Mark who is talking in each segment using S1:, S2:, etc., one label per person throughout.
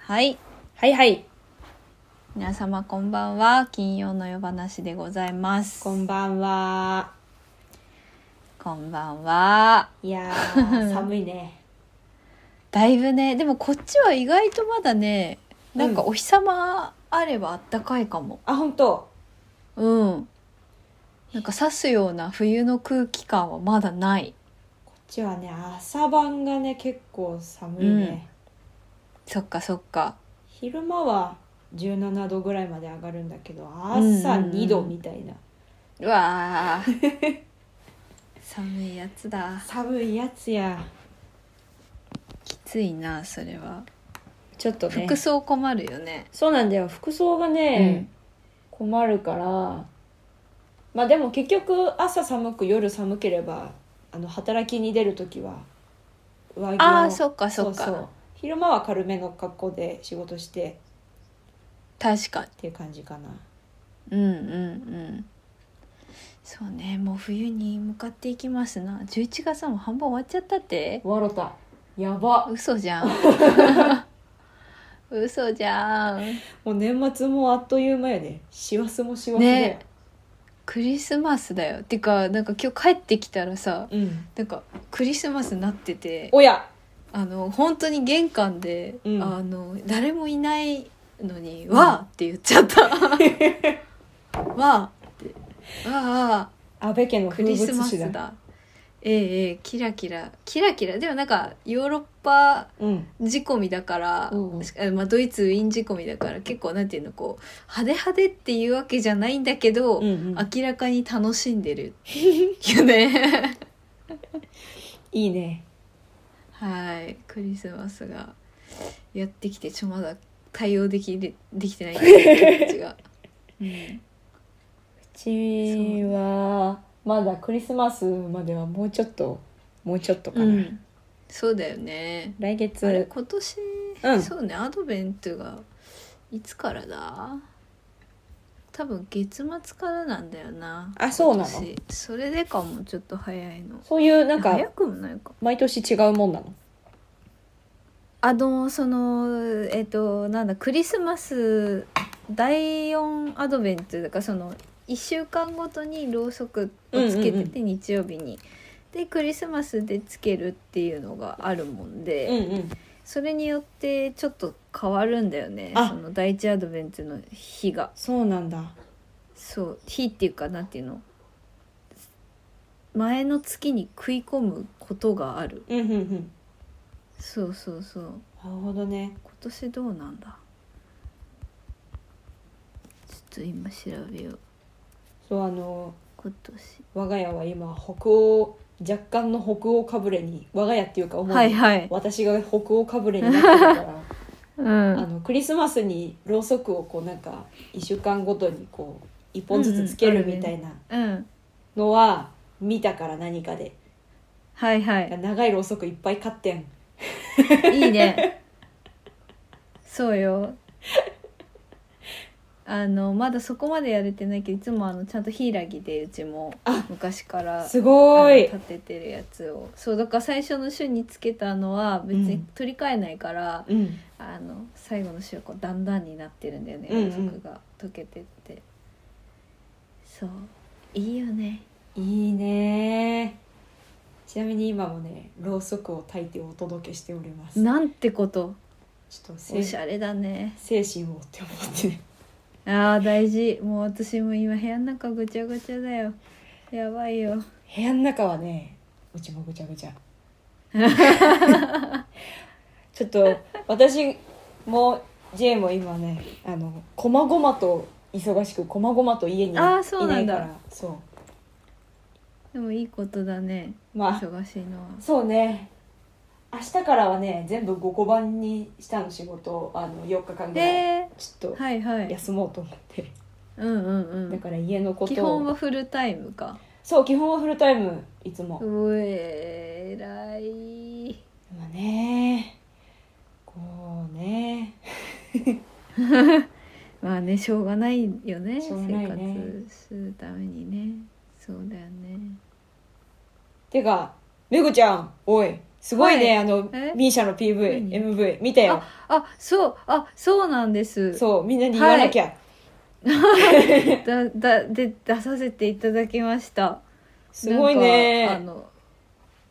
S1: はい。
S2: はいはい。
S1: 皆様こんばんは。金曜の夜話でございます。
S2: こんばんは。
S1: こんばんは。
S2: い やー、寒いね。
S1: だいぶね、でもこっちは意外とまだね、なんかお日様あればあったかいかも。
S2: あ、本当。
S1: うん。なんか刺すような冬の空気感はまだない。
S2: こっちはね、朝晩がね、結構寒いね。
S1: そっかそっか。
S2: 昼間は17度ぐらいまで上がるんだけど、朝
S1: うんうんうん
S2: 2度みたいな。
S1: うわー。 寒いやつだ。
S2: 寒いやつや。
S1: きついな、それは。
S2: ちょっとね
S1: 服。装困るよね。
S2: そうなんだよ。服装がね、困るから。まあでも結局、朝寒く夜寒ければ、あの、働きに出るときは、上着を
S1: ああ、そっかそっか。
S2: そうそう昼間は軽めの格好で仕事して
S1: 確かに。
S2: っていう感じかな
S1: うんうんうんそうねもう冬に向かっていきますな11月はもう半分終わっちゃったって
S2: 笑ったやば
S1: 嘘じ ゃん嘘じゃん
S2: もう年末もあっという間やね師走も師走だよ
S1: ねクリスマスだよてかなんか今日帰ってきたらさ
S2: うん
S1: なんかクリスマスになってて
S2: おや
S1: あの本当に玄関で、
S2: うん
S1: あの誰もいないのに「わあ!」って言っちゃ った「わあ!」って「わあ!」
S2: 安倍家の
S1: ク
S2: 風
S1: リ
S2: 物
S1: スマ
S2: 詩
S1: ス
S2: だ
S1: だ。ええええ、キラキラキラキラでもなんかヨーロッパ
S2: うん
S1: 仕込みだから、
S2: うん
S1: えまあ、ドイツウィーン仕込みだから結構なんていうのこう派手派手っていうわけじゃないんだけど、
S2: うんうん
S1: 明らかに楽しんで るよね
S2: いいね
S1: はいクリスマスがやってきてちょまだ対応できれでき てないんだけど気持ちが、うん、
S2: うちはまだクリスマスまではもうちょっともうちょっとかな、
S1: うんそうだよね
S2: 来月
S1: あれ今年、
S2: うん
S1: そうねアドベントがいつからだ多分月末からなんだよな
S2: あそうなの
S1: 今年それでかもちょっと早いの
S2: そういうなん
S1: 早
S2: か
S1: くもないか
S2: 毎年違うもんなの
S1: あのそのえっ、となんだクリスマス第4アドベントだからその1週間ごとにろうそくをつけ
S2: う
S1: て
S2: んうん
S1: て日曜日に、でクリスマスでつけるっていうのがあるもんで、
S2: うんうん
S1: それによってちょっと変わるんだよね
S2: あ
S1: その第一アドベントの日が
S2: そうなんだ
S1: そう日っていうかなんていうの前の月に食い込むことがある
S2: うんうんうん
S1: そうそうそう
S2: なるほどね
S1: 今年どうなんだちょっと今調べよう
S2: そうあの
S1: 今年
S2: 我が家は今北欧若干の北欧かぶれに我が家っていうか主に、
S1: はいはい
S2: 私が北欧かぶれになってるから
S1: う
S2: あ
S1: ん
S2: のクリスマスにろうそくをこうなんか1週間ごとにこう1本ずつつけるみたいな
S1: うん
S2: のは見たから何かで
S1: はいはい
S2: 長いろうそくいっぱい買ってん
S1: いいねそうよあのまだそこまでやれてないけどいつもあのちゃんと柊でうちも
S2: あ
S1: 昔から
S2: すご
S1: あの
S2: い
S1: 立ててるやつをそうだから最初の週につけたのは別
S2: う
S1: に
S2: ん
S1: 取り替えないから、
S2: うん
S1: あの最後の週はこうだんだんになってるんだよね
S2: うんうん
S1: ろうそくが溶けてってそういいよね
S2: いいねちなみに今もねろうそくを焚いてお届けしておりますちょっ
S1: なんてこと
S2: と
S1: お
S2: 精
S1: しゃれだね
S2: 精神をって思ってね
S1: あー大事もう私も今部屋の中ぐちゃぐちゃだよやばいよ
S2: 部屋の中はねうちもぐちゃぐ ちゃちょっと私も J も今ねあのこまごまと忙しくこまごまと家にい
S1: あ
S2: な
S1: ー
S2: い
S1: そうなんだ
S2: からそ
S1: でもいいことだね
S2: うまあ
S1: 忙しいのは
S2: そうね明日からはね全部5個番にしたの仕事をあの4日間ぐらい
S1: で
S2: ちょっと
S1: はいはい
S2: 休もうと思って、
S1: うんうんう
S2: だ
S1: ん
S2: から家のことを
S1: 基本はフルタイムか
S2: そう基本はフルタイムいつも
S1: うえらい
S2: まあねこうね
S1: まあねしょうがないよね
S2: しょうがないね
S1: 生活するためにねそうだよね
S2: てかめぐちゃんおいすごいね、あの
S1: え
S2: ミーシャの PV
S1: 何
S2: MV 見てよ
S1: あそうあそうなんです
S2: そうみんなに言わなきゃ、
S1: だだで出させていただきました
S2: すごい
S1: なんかあ
S2: ね
S1: の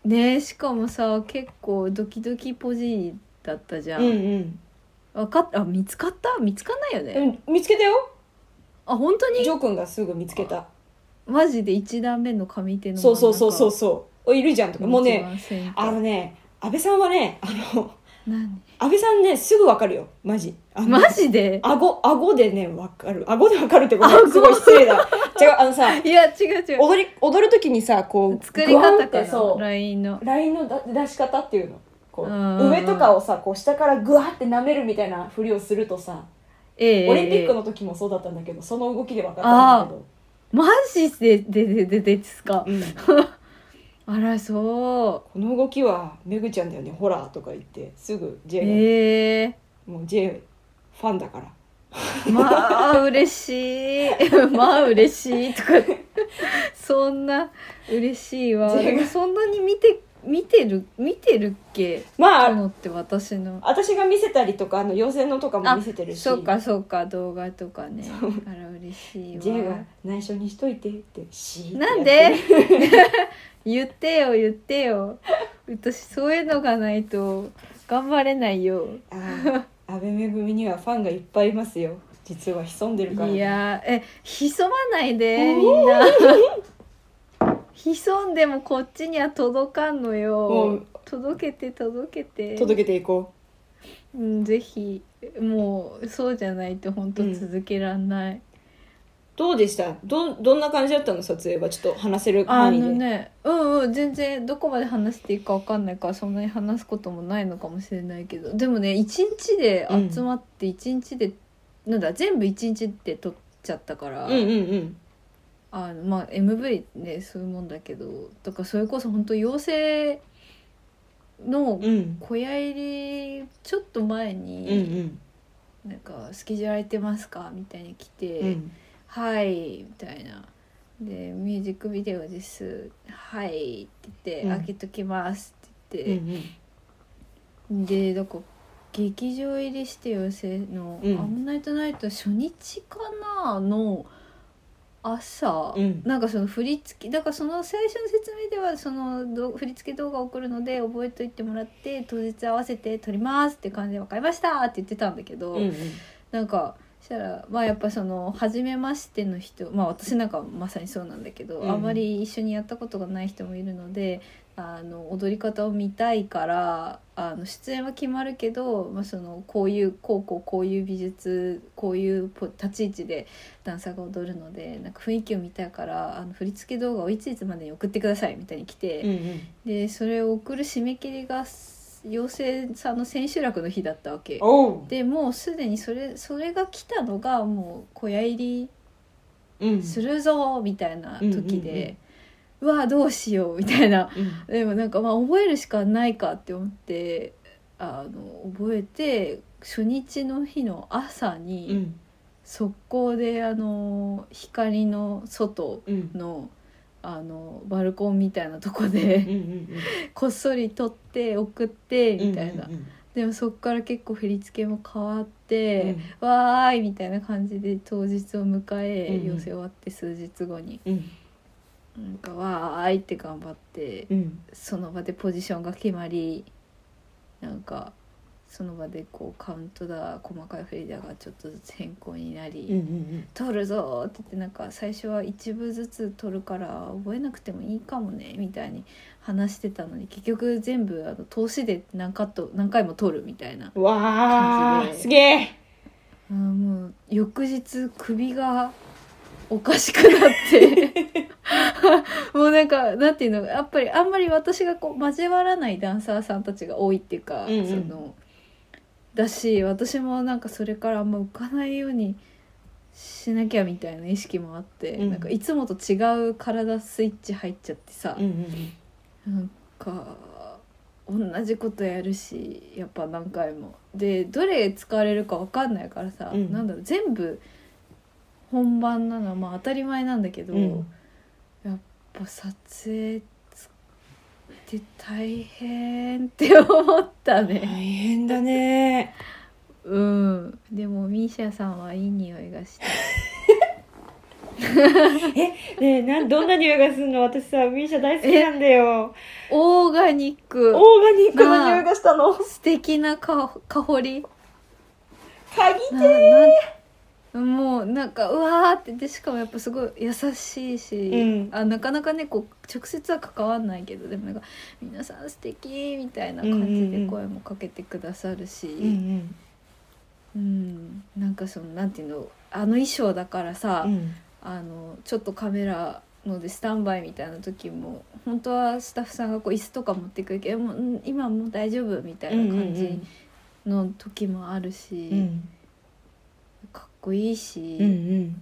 S1: ねしかもさ結構ドキドキポジだったじゃ、
S2: うんん
S1: わかっあ見つかった見つかんないよ
S2: う
S1: ね、
S2: ん見つけたよ
S1: あ本当に
S2: ジョー君がすぐ見つけた
S1: マジで一段目の上手の
S2: そうそうそうそうそうおいるじゃんとかもうね
S1: ね
S2: あのね安倍さんはねあの
S1: 何
S2: 安倍さんねすぐわかるよマジあの
S1: マジで
S2: 顎顎でねわかる顎でわかるってこと
S1: 顎
S2: すごい失礼だ違うあのさ
S1: いや違う違う
S2: 踊り踊る時にさこう
S1: 作り
S2: グワン
S1: 方
S2: っ
S1: か
S2: てそ
S1: なラインの
S2: うラインのだ出し方っていうのこう
S1: うんうん
S2: 上とかをさこう下からグワって舐めるみたいなふりをするとさ
S1: ええ
S2: オリンピック
S1: の
S2: の時もそうだったんだけどその動きで分かったんだ
S1: マジででででですか
S2: けど、うん
S1: あらそ
S2: この動きはめぐちゃんだよねほらとか言ってすぐ
S1: う
S2: J が、
S1: ええ
S2: もう J ファンだから
S1: まあ嬉しい まあ嬉しいとかそんな嬉しいわ
S2: 違う
S1: でもそんなに見て見てる見てるっけ
S2: ま
S1: と
S2: あ
S1: 思って私の
S2: 私が見せたりとかあの妖精のとかも見せてるし
S1: そうかそうか動画とかねあら嬉しい
S2: J が
S1: わ
S2: 内緒にしといてってシーって
S1: なん
S2: やっ
S1: で
S2: て
S1: 言ってよ言ってよ私そういうのがないと頑張れないよ
S2: あー安倍めぐみにはファンがいっぱいいますよ実は潜んでるから、
S1: いやーえ潜まないで
S2: うん
S1: みんな 潜んでもこっちには届かんの
S2: も
S1: よ
S2: う
S1: 届けて届けて
S2: 届けていこ
S1: うん、ぜひもうそうじゃないと本当
S2: うん
S1: 続けらんない、
S2: うどうでしたどどんな感じだったの撮影はちょっと話せる
S1: あ
S2: 範囲で、
S1: のねうんうん全然どこまで話していいかわかんないからそんなに話すこともないのかもしれないけどでもね一日で集まって一日で、なんだ全部一日で撮っちゃったから、
S2: うんうんうん
S1: あのまあ MV ねそういうもんだけどだからそれこそ本当妖精の
S2: うん
S1: 小屋入りちょっと前
S2: うんう
S1: に
S2: ん
S1: 「なんかスケジュール空いてますか?」みたいに来て
S2: うんうん
S1: 「はい」みたいな「でミュージックビデオです」「はい」って言って「
S2: うん
S1: 開けときます」って
S2: う
S1: 言って、
S2: ん
S1: でだから劇場入りして妖精の「
S2: うん
S1: アンモナイトナイト」初日かなの朝、
S2: うん
S1: なんかその振り付けだからその最初の説明ではそのど振り付け動画を送るので覚えといてもらって当日合わせて撮りますって感じで「分かりました」って言ってたんだけど、
S2: うんうん
S1: なんかそしたらまあやっぱその初めましての人まあ私なんかまさにそうなんだけど、
S2: うん
S1: あまり一緒にやったことがない人もいるのであの踊り方を見たいからあの出演は決まるけど、まあ、そのこういうこうこうこういう美術こういうポ立ち位置でダンサーが踊るのでなんか雰囲気を見たいからあの振り付け動画をいついつまでに送ってくださいみたいに来て。
S2: うんうん
S1: でそれを送る締め切りが妖精さんの千秋楽の日だったわけ
S2: おう
S1: でもうすでにそれそれが来たのがもう小屋入
S2: うん
S1: りするぞみたいな時
S2: うんうんうん
S1: で、うわどうしようみたいな
S2: うん
S1: でもなんかまあ覚えるしかないかって思ってあの覚えて初日の日の朝
S2: う
S1: に
S2: ん
S1: 速攻であの光の外
S2: うん
S1: のあのバルコンみたいなとこで。
S2: うんうん
S1: こっそり撮って送って
S2: うん
S1: みたいな、
S2: うんうん
S1: でもそっから結構振り付けも変わっ
S2: うん
S1: て、わーいみたいな感じで当日を迎え、
S2: うんうん
S1: 寄せ終わって数日後に
S2: うん
S1: なんかわーいって頑張って
S2: うん
S1: その場でポジションが決まりなんかその場でこうカウントだ細かい振りだがちょっとずつ変更になり、
S2: うんうん
S1: 撮るぞーって言ってなんか最初は一部ずつ撮るから覚えなくてもいいかもねみたいに話してたのに結局全部あの通しで何カット何回も撮るみたいな
S2: うんわ
S1: 感
S2: あ
S1: じです
S2: げえ
S1: あーもう翌日首がおかしくなって もうなんかなんていうのやっぱりあんまり私がこう交わらないダンサーさんたちが多いっていうか、
S2: うんうん
S1: そのだし私もなんかそれからあんま浮かないようにしなきゃみたいな意識もあって、
S2: うん
S1: なんかいつもと違う体スイッチ入っちゃってさ
S2: うん、うん
S1: なんか同じことやるしやっぱ何回もでどれ使われるか分かんないからさ、
S2: うん
S1: なんだろう全部本番なのはまあ当たり前なんだけど、
S2: うん
S1: やっぱ撮影つって大変って思ったね
S2: 大変だね
S1: うんでもミーシャさんはいい匂いがして
S2: ねえなんどんな匂いがするの私さミーシャ大好きなんだよ
S1: オーガニッ
S2: オ
S1: ク
S2: ーガニックの匂いがしたの
S1: 素敵なか香り
S2: 嗅ぎ
S1: ななんもうなんかうわーってでしかもやっぱすごい優しいし、
S2: うん
S1: あなかなかねこう直接は関わんないけどでもなんか「皆さん素敵みたいな感じ
S2: うんうんう
S1: で
S2: ん
S1: 声もかけてくださるし、
S2: うんうん
S1: うんなんかそのなんていうのあの衣装だからさ、
S2: うん
S1: あのちょっとカメラのでスタンバイみたいな時も本当はスタッフさんがこう椅子とか持ってくるけどもううん今もう大丈夫みたいな感じの時もあるし、
S2: うん
S1: かっこいいし、
S2: うんうん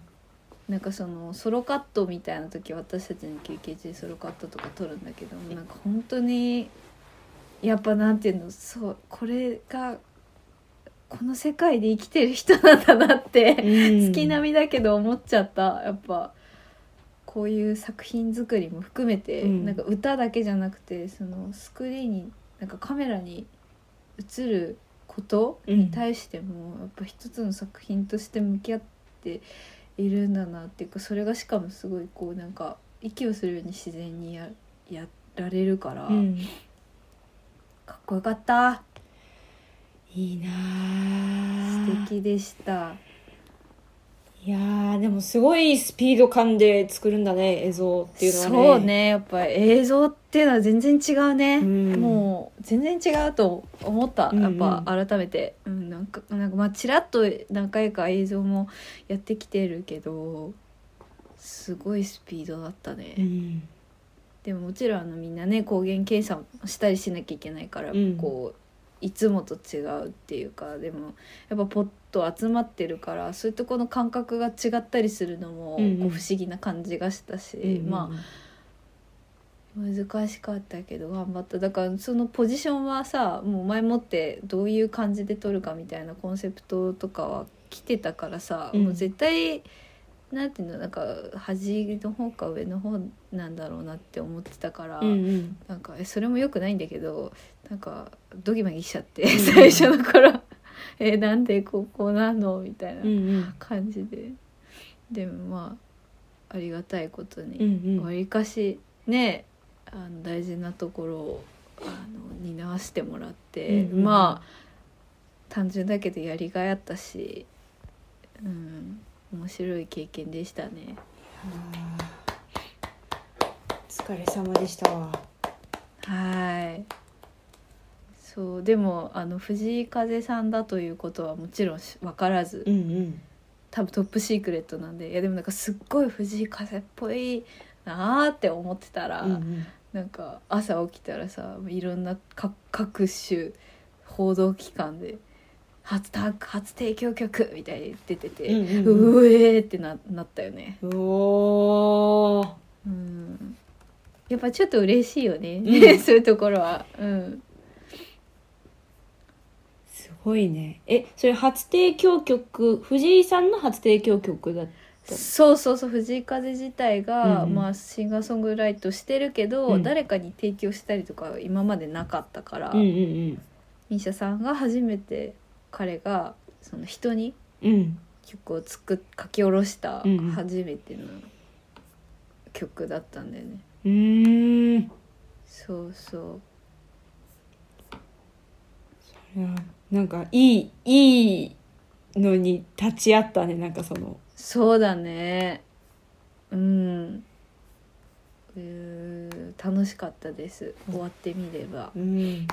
S1: なんかそのソロカットみたいな時私たちの休憩中にソロカットとか撮るんだけどなんか本当にやっぱなんていうのそうこれがこの世界で生きてる人なんだなって。
S2: うん
S1: 月並みだけど思っちゃったやっぱこういう作品作りも含めて、
S2: うん
S1: なんか歌だけじゃなくてそのスクリーンになんかカメラに映ることに対しても、やっぱ一つの作品として向き合っているんだなっていうかそれがしかもすごいこうなんか息をするように自然にややられるから、
S2: うん
S1: かっこよかった
S2: いいな
S1: 素
S2: あ
S1: 敵でした。
S2: いやーでもすごいスピード感で作るんだね映像っていうの
S1: そ
S2: は
S1: うねやっぱ映像っていうのは全然違うね、
S2: うん
S1: もう全然違うと思った
S2: うん
S1: や
S2: う
S1: っ
S2: ん
S1: ぱ改めて、うんなんかなんかまあちらっと何回か映像もやってきてるけどすごいスピードだったね、
S2: うん
S1: でももちろんあのみんなね抗原検査もしたりしなきゃいけないから、
S2: うん
S1: こういつもと違うっていうかでもやっぱポッと集まってるからそういうとこの感覚が違ったりするのも、
S2: うんうん
S1: こう不思議な感じがしたし、まあ難しかったけど頑張っただからそのポジションはさもう前もってどういう感じで撮るかみたいなコンセプトとかは来てたからさ、
S2: うん
S1: もう絶対なんていうのなんか端の方か上の方なんだろうなって思ってたから、
S2: うんうん
S1: なんかえそれも良くないんだけどなんかドギマギしちゃって、最初の頃 「えなんでここなの?」みたいな
S2: うんうん
S1: 感じで、でもまあありがたいことに。
S2: うんう
S1: わ
S2: ん
S1: りかしねあの大事なところをあの担わせてもらって、
S2: うんうん
S1: まあ単純だけどやりがいあったし、うん、面白い経験でしたね。
S2: お疲れ様でしたわ
S1: はいそうでもあの藤井風さんだということはもちろんし分からず
S2: うんうん
S1: 多分トップシークレットなんでいやでもなんかすっごい藤井風っぽいなーって思ってたら。
S2: うん
S1: なんか朝起きたらさいろんな各各種報道機関で初タッグ初提供曲みたいに出てて、
S2: うんうん
S1: う
S2: うん
S1: えーってななったよね、
S2: うおー
S1: うん、やっぱちょっと嬉しいよね、
S2: うん
S1: そういうところは、うん、
S2: すごいねえそれ初提供曲藤井さんの初提供曲だそう
S1: そうそうそう藤井風自体が、
S2: うんうん
S1: まあ、シンガーソングライトしてるけど、
S2: うん
S1: 誰かに提供したりとか今までなかったから、
S2: うんうん
S1: ミシャさんが初めて彼がその人に
S2: うんうん
S1: 曲を作っ書き下ろした
S2: うんうん
S1: 初めての曲だったんだよね、
S2: うーん
S1: そうそう
S2: いやなんかいいいいのに立ち会ったねなんかその
S1: そうだねうんうー楽しかったです終わってみれば、
S2: うんお
S1: うん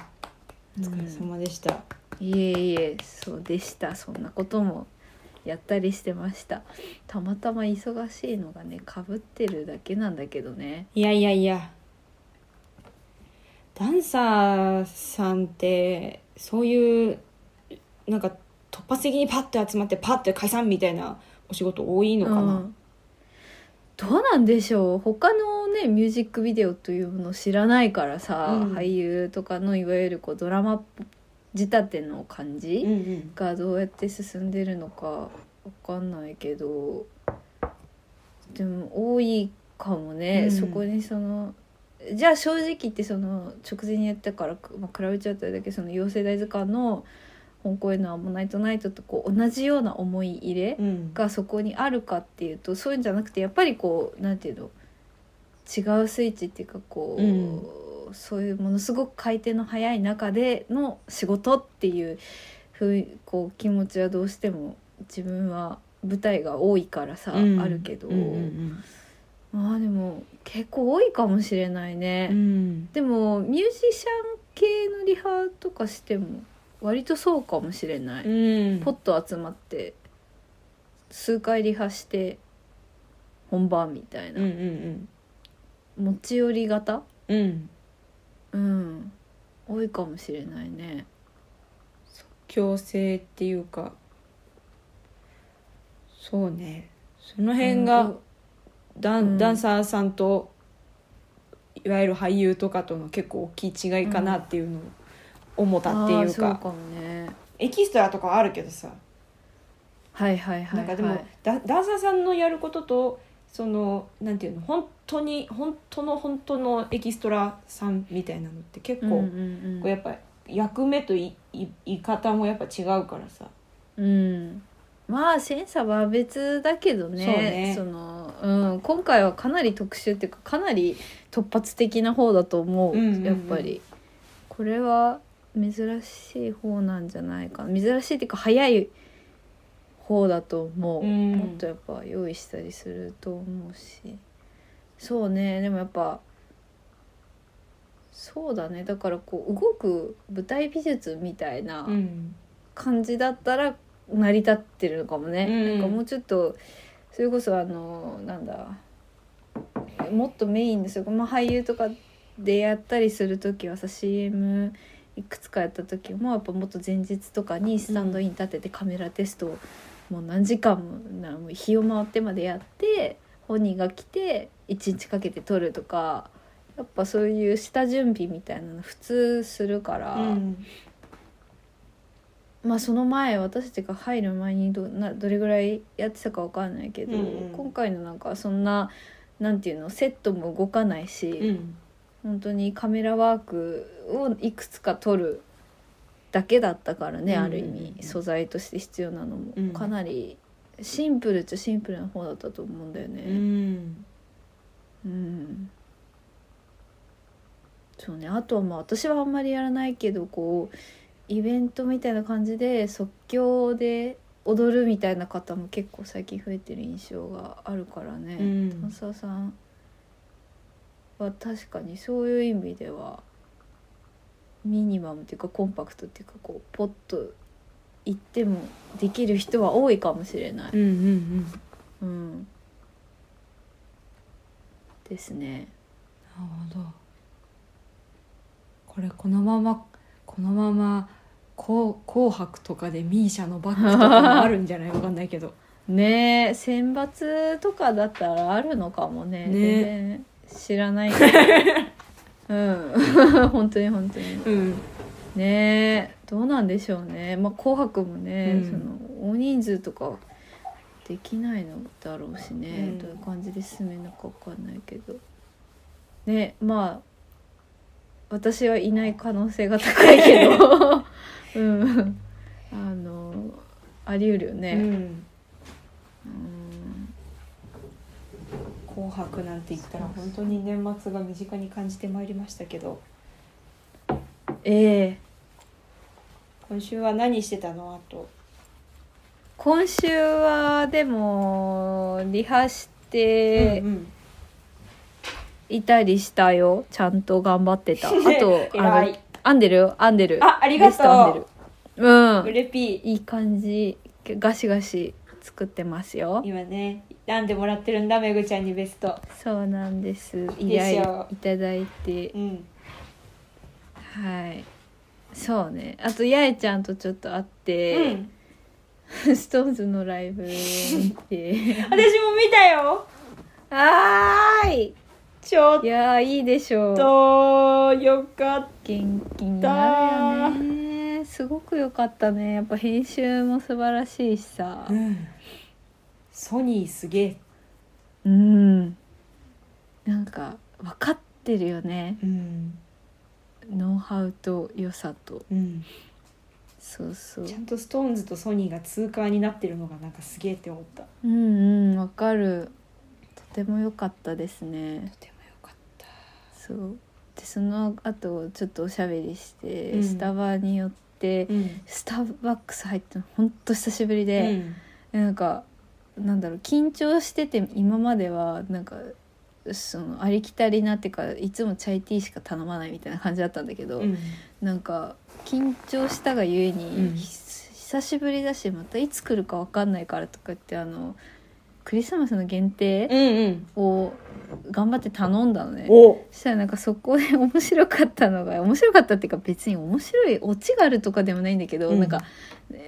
S2: 疲れ様でした、
S1: いえいえそうでしたそんなこともやったりしてましたたまたま忙しいのがねかぶってるだけなんだけどね
S2: いやいやいやダンサーさんってそういうなんか突発的にパッと集まってパッと解散みたいなお仕事多いのかな、
S1: うんどうなんでしょう他のねミュージックビデオというものを知らないからさ、
S2: うん
S1: 俳優とかのいわゆるこうドラマ仕立ての感
S2: う
S1: じ
S2: んうん
S1: がどうやって進んでるのかわかんないけどでも多いかもね、
S2: うん
S1: そこにそのじゃあ正直言ってその直前にやったから、まあ、比べちゃっただけどその「妖精大図鑑」の本公演の「アンモナイトナイト」とこう同じような思い入れ
S2: うん
S1: がそこにあるかっていうとそういうんじゃなくてやっぱりこうなんていうの違うスイッチっていうかこう、そういうものすごく回転の速い中での仕事っていうふうこう気持ちはどうしても自分は舞台が多いからさ、
S2: うん
S1: あるけど、
S2: うんうん
S1: まあでも結構多いかもしれないね。
S2: うん
S1: でもミュージシャン系のリハとかしても割とそうかもしれない、
S2: うん
S1: ポッと集まって数回リハして本番みたいな、
S2: うんうん
S1: 持ち寄り型
S2: うんう
S1: う
S2: ん
S1: ん多いかもしれないね
S2: 強制っていうかそうねその辺
S1: う
S2: が
S1: ん
S2: ダン,、
S1: うん
S2: ダンサーさんといわゆる俳優とかとの結構大きい違いかなっていうのを思ったって
S1: あ
S2: い
S1: ー
S2: う
S1: そう
S2: か,、
S1: かもね
S2: エキストラとかはあるけどさ、
S1: はいはいはい、はい、
S2: なんかでもダダンサーさんのやることとそのなんていうの本当に本当の本当のエキストラさんみたいなのって結構、
S1: うんうん
S2: こうやっぱ役目といい言い方もやっぱ違うからさ。
S1: うん、うんまあ審査は別だけどね
S2: そうね
S1: その、うん、今回はかなり特殊っていうかかなり突発的な方だと思う,、
S2: うんうんうん
S1: やっぱりこれは珍しい方なんじゃないかな珍しいっていうか早い方だと思う、
S2: うん
S1: もっとやっぱ用意したりすると思うしそうねでもやっぱそうだねだからこう動く舞台美術みたいな
S2: うん
S1: 感じだったら成り立ってるのかもね、
S2: うん
S1: なんかもうちょっとそれこそあのなんだもっとメインですよ、まあ、俳優とかでやったりする時はさ CM いくつかやった時もやっぱもっと前日とかにスタンドイン立ててカメラテストをもう何時間もなもう日を回ってまでやって本人が来て1日かけて撮るとかやっぱそういう下準備みたいなの普通するから。
S2: うん
S1: まあその前私たちが入る前にどなどれぐらいやってたかわかんないけど、
S2: うんうん
S1: 今回のなんかそんななんていうのセットも動かないし、
S2: うん
S1: 本当にカメラワークをいくつか撮るだけだったからね、
S2: うんうん
S1: ある意味素材として必要なのも
S2: うん
S1: かなりシンプルっちゃシンプルな方だったと思うんだよ
S2: う
S1: ね。
S2: ん
S1: うんそうねあとはまあ私はあんまりやらないけどこうイベントみたいな感じで即興で踊るみたいな方も結構最近増えてる印象があるからね。
S2: うん
S1: マサさんは確かにそういう意味ではミニマムっていうかコンパクトっていうかこうポッと行ってもできる人は多いかもしれない。
S2: うんうん
S1: うん、ですね。
S2: なるほどこれこのままこのまま紅紅白とかでミーシャのバッグとかもあるんじゃないわかんないけど
S1: ねえ選抜とかだったらあるのかもね
S2: ね
S1: 全然知らないけ どうん 本当に本当に
S2: うん
S1: ねえどうなんでしょうね、まあ、紅白もね、
S2: うん
S1: その大人数とかできないのだろうしね、
S2: うん
S1: どういう感じで進めるのか分かんないけどねまあ私はいない可能性が高いけ どうんあのあり得るよね。
S2: うん
S1: うん
S2: 紅白なんて言ったら本当に年末が身近に感じてまいりましたけど
S1: ええ
S2: 今週は何してたのあと
S1: 今週はでもリハして
S2: うん
S1: いたりしたよ、ちゃんと頑張ってたあとあ
S2: 偉
S1: の
S2: い
S1: 編んでるよ編んでる
S2: あありが
S1: ベスト編んで
S2: と
S1: るう
S2: ううんれぴー
S1: いい感じガシガシ作ってますよ
S2: 今ね選んでもらってるんだめぐちゃんにベスト
S1: そうなんです依
S2: でしょ
S1: 頼いただいて
S2: うん
S1: はいそうねあと八重ちゃんとちょっと会っ
S2: う
S1: て、
S2: ん
S1: ストーンズのライブを見て
S2: 私も見たよ
S1: あーい
S2: ちょっ
S1: いやーいいでしょう
S2: とよかっ
S1: 元気になるよねすごく良かったねやっぱ編集も素晴らしいしさ
S2: た、ソニーすげえ
S1: うんなんか分かっってるよね
S2: うん
S1: ノウハウと良さと
S2: うん、
S1: そうそう
S2: ちゃんとストーンズとソニーが通貨になってるのがなんかすげえって思ったと
S1: うんうんわかるとても良かったですね
S2: てもよかった
S1: そうでその後ちょっとおしゃべりして、
S2: うん
S1: スタバによって
S2: うん
S1: スターバックス入ったのほんと久しぶり
S2: う
S1: で、
S2: ん
S1: なんかなんだろう緊張してて今まではなんかそのありきたりなっていうかいつもチャイティーしか頼まないみたいな感じだったんだけど、
S2: うん
S1: なんか緊張したがゆえに、
S2: うん
S1: ひ久しぶりだしまたいつ来るかわかんないからとかってあのクリスマスの限定
S2: うん
S1: を頑張って頼んだのね。
S2: お
S1: そしたらなんかそこで面白かったのが 面白かったっていうか別に面白いオチがあるとかでもないんだけど、
S2: うん
S1: なんか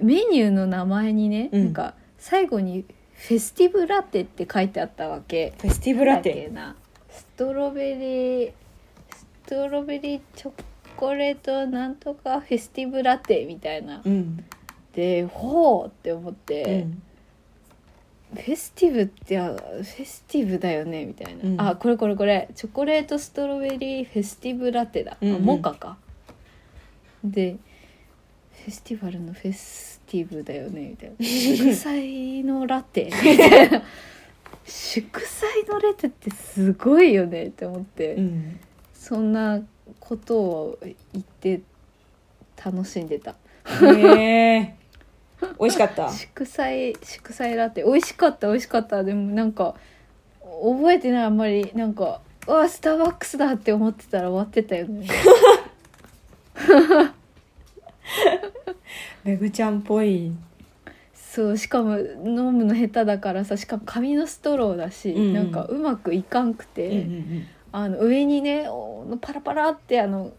S1: メニューの名前にね、
S2: うん
S1: なんか最後に「フェスティブラテ」って書いてあったわけ。
S2: フェスティブラ
S1: なんだっ
S2: テ
S1: けなストロベリーストロベリーチョコレートなんとかフェスティブラテみたいな。
S2: うん
S1: でほうって思って。
S2: うん
S1: フェスティブってあフェスティブだよねみたいな、
S2: うん
S1: あこれこれこれチョコレートストロベリーフェスティブラテだ、あ
S2: うんうん
S1: モカかでフェスティバルのフェスティブだよねみたいな 祝祭のラテみたいな祝祭のラテってすごいよねって思って、
S2: うん
S1: そんなことを言って楽しんでた
S2: へえ美味しか った
S1: 祝祭祝祭ラテ美味しかった美味しかったでもなんか覚えてないあんまりなんかうわスターバックスだって思ってたら終わってたよ ね
S2: めぐちゃんっぽい
S1: そうしかも飲むの下手だからさしかも紙のストローだし、
S2: うんうん
S1: なんかうまくいかんくて、
S2: うんうん
S1: あの上にねおパラパラってあの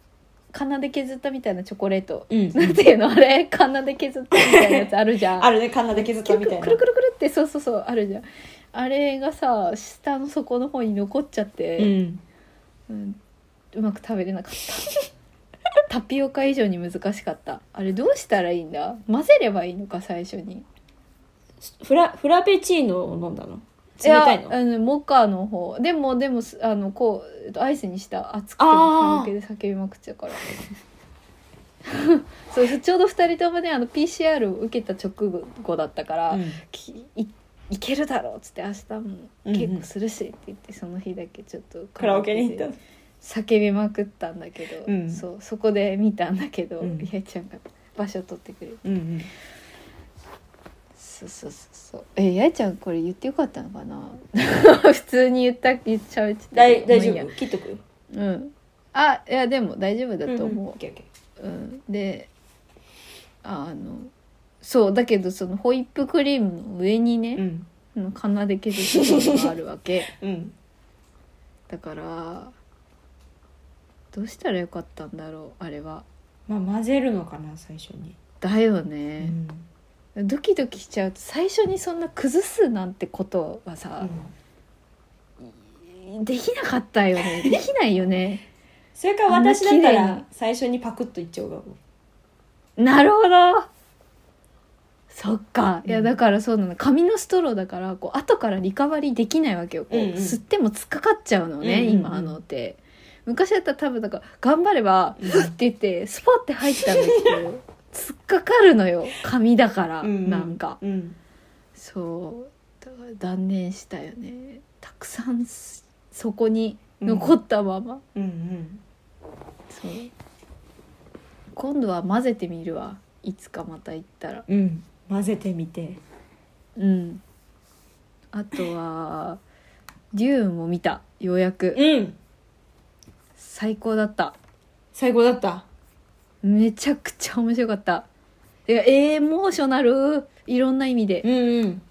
S1: カナで削ったみたいなチョコレート、
S2: うん
S1: なんていうのあれカナで削ったみたいなやつあるじゃん
S2: あるねカンナで削っ
S1: く
S2: た
S1: る
S2: み
S1: く
S2: た
S1: る
S2: い
S1: く
S2: な
S1: るくるくるってそうそうそうあるじゃんあれがさ下の底の方に残っちゃって、
S2: うん
S1: うん、うまく食べれなかったタピオカ以上に難しかったあれどうしたらいいんだ混ぜればいいのか最初に
S2: フラフラペチーノを飲んだの冷たいの
S1: やあのモカの方でもでもすあのこうえっとアイスにした熱くて
S2: あ
S1: も
S2: ー
S1: 寒気で叫びまくっちゃうから そうちょうど2人ともねあの PCR を受けた直後だったから、
S2: うん
S1: きいいけるだろうっつって明日も結構するしって言って、その日だけちょっと
S2: カラオケに行ったの
S1: 叫びまくったんだけど、
S2: うん
S1: そうそこで見たんだけど、
S2: うん
S1: やいちゃんが場所取ってくれる
S2: うんうん
S1: そうそうそうそうえやいちゃんこれ言ってよかったのかな普通に言った言っちゃうち
S2: だい大丈
S1: まあい
S2: 夫切っとく
S1: いやうんあいやでも大丈夫だと
S2: んんオ
S1: 思
S2: ッケーオッケ
S1: う、うんであのそうだけどそのホイップクリームの上に
S2: ーう
S1: ね、
S2: ん
S1: あのかなで削ったものがあるわけ
S2: うん
S1: だからどうしたらよかったんだろうあれは
S2: まあ混ぜるのかな最初に
S1: だよ
S2: う
S1: ね、
S2: ん
S1: ドキドキしちゃうと最初にそんな崩すなんてことはさ、できなかったよ ねできないよね
S2: それから私だった
S1: あんな綺麗
S2: ら
S1: な
S2: 最初にパクッといっちゃうかも
S1: なるほどそっかいや
S2: うん
S1: だからそうなの紙のストローだからこう後からリカバリーできないわけよこう、
S2: うんうん
S1: 吸っても突っかかっちゃうのね、
S2: うんうんうん
S1: 今あのって昔だったら多分なんか頑張れば
S2: うん
S1: ふって言ってスポって入ったんだけど 突っかかるのよ紙だから、なんか
S2: うん
S1: そうだから断念したよねたくさんすそこに残ったまま、
S2: うんうん
S1: そう今度は混ぜてみるわいつかまた行ったら
S2: うん混ぜてみて
S1: うんあとはデューンも見たようやく
S2: うん
S1: 最高だった
S2: 最高だった
S1: めちゃくちゃ面白かったてかエモーショナルいろんな意味で
S2: うんうん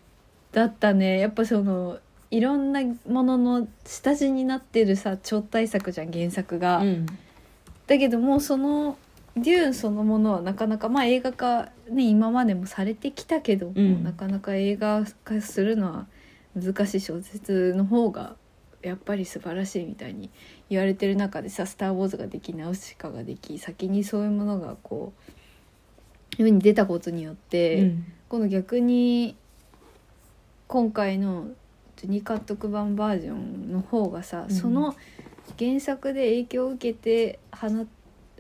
S1: だったねやっぱそのいろんなものの下地になってるさ超大作じゃん原作が、
S2: うん
S1: だけどもうそのデューンそのものはなかなかまあ映画化ね今までもされてきたけど、
S2: うん
S1: もうなかなか映画化するのは難しい小説の方がやっぱり素晴らしいみたいに言われてる中でさ「スター・ウォーズ」ができ「ナウシカ」ができ先にそういうものがこう世に出たことによって、
S2: うん
S1: 今度逆に今回のジュニ監督版バージョンの方がさ、
S2: うん
S1: その原作で影響を受けて放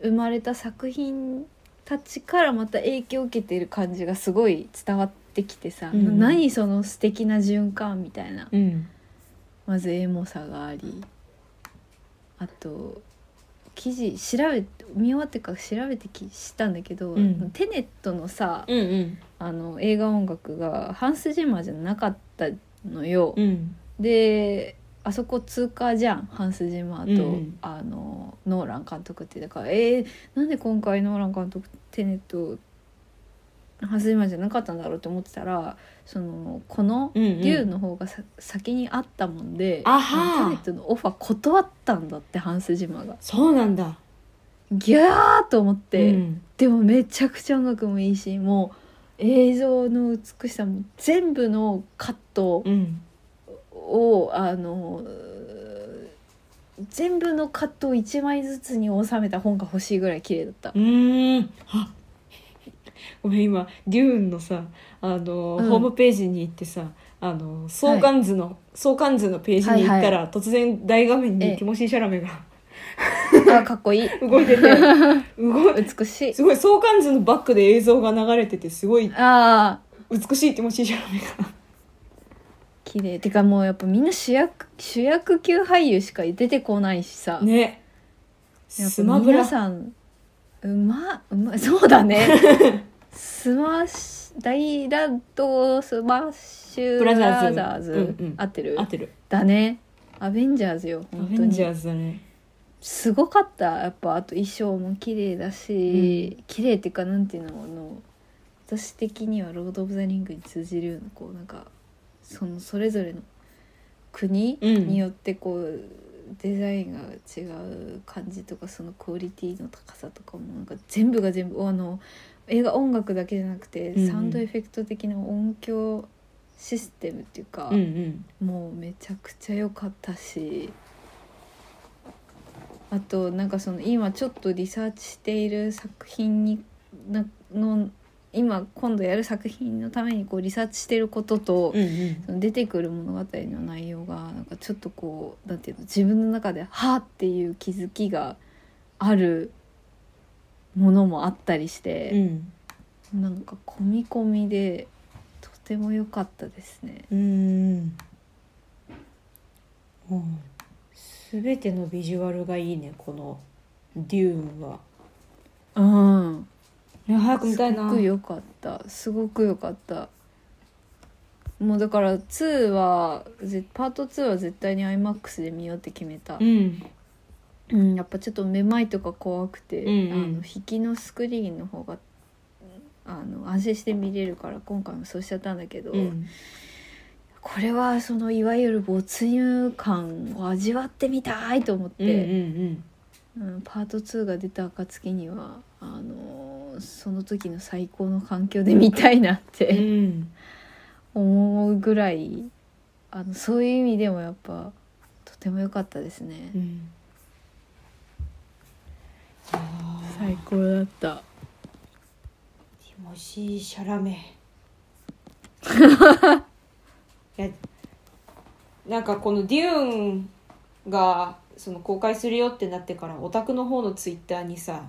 S1: 生まれた作品たちからまた影響を受けている感じがすごい伝わってきてさ、
S2: うん
S1: 何その素敵な循環みたいな
S2: うん
S1: まずエモさがありあと記事調べ見終わってから調べてきしたんだけど、
S2: うん
S1: テネットのさ
S2: うんうん
S1: あの映画音楽がハンス・ジマーじゃなかったのよ。
S2: うん
S1: であそこ通過じゃんハンス・ジマーと、
S2: うんうん
S1: あのノーラン監督ってだからえー、なんで今回ノーラン監督テネットハンス・ジマーじゃなかったんだろうって思ってたらそのこの
S2: うんうん
S1: 竜の方がさ、先にあったもんで
S2: あはー
S1: テネットのオファー断ったんだってハンス・ジマーが
S2: そうなんだ
S1: ギャーと思って、
S2: うん
S1: でもめちゃくちゃ音楽もいいしもう映像の美しさも全部のカット、
S2: うん
S1: をあのうー全部のカットを1枚ずつに収めた本が欲しいぐらい綺麗だった
S2: う。ーんあごめん今「デューン」のさあの、
S1: うん
S2: ホームページに行ってさあの相関図の、相関図のページに行ったら、突然大画面
S1: え
S2: に
S1: え
S2: ティモシー・シャラメが
S1: あかっこいい
S2: 動いてて動い
S1: 美しい
S2: すごい相関図のバックで映像が流れててすごい
S1: ああ
S2: 美しいティモシー・シャラメが
S1: 綺麗てかもうやっぱみんな主役主役級俳優しか出てこないしさ、
S2: ね
S1: やっ
S2: ス
S1: ぱ
S2: マブラ
S1: 皆さんうまうまそうだね スマッシュ大乱闘スマッシュ
S2: ブラザーズうんうん
S1: 合ってる
S2: 合ってる
S1: だねアベンジャーズよ
S2: ア
S1: 本
S2: ベ
S1: 当
S2: ン
S1: に
S2: ジャーズだね
S1: すごかったやっぱあと衣装も綺麗だし、綺麗っていうかなんていうのあの私的には「ロード・オブ・ザ・リング」に通じるようなこうなんかそのそれぞれの国
S2: うん
S1: によってこう、デザインが違う感じとかそのクオリティの高さとかもなんか全部が全部あの映画音楽だけじゃなくて、
S2: うんうん
S1: サウンドエフェクト的な音響システムっていうか、
S2: うんうん
S1: もうめちゃくちゃ良かったしあとなんかその今ちょっとリサーチしている作品になの今今度やる作品のためにこうリサーチしてることと、
S2: うんうん
S1: その出てくる物語の内容がなんかちょっとこうなんていうの自分の中で「はあ」っていう気づきがあるものもあったりして、なんか込み込みでとても良かったですね。
S2: うんうん全てのビジュアルがいいねこのデューンは、
S1: うん
S2: ね、早く見たいな
S1: すごく良かったすごく良かったもうだから2はぜパート2は絶対に IMAX で見ようって決めた
S2: う、ん
S1: うんやっぱちょっとめまいとか怖くて、
S2: うんうん
S1: あの引きのスクリーンの方があの安心して見れるから今回もそうしちゃったんだけど、
S2: うん
S1: これはそのいわゆる没入感を味わってみたいと思っ
S2: うんうんう
S1: て、
S2: ん
S1: うんパート2が出た暁にはあのその時の最高の環境で見たいなって。
S2: うん
S1: 思うぐらいあのそういう意味でもやっぱとても良かったですね、
S2: うんあー
S1: 最高だった
S2: ティモシー・シャラ メいやなんかこの「デューンがその公開するよってなってからオタクの方のツイッターにさ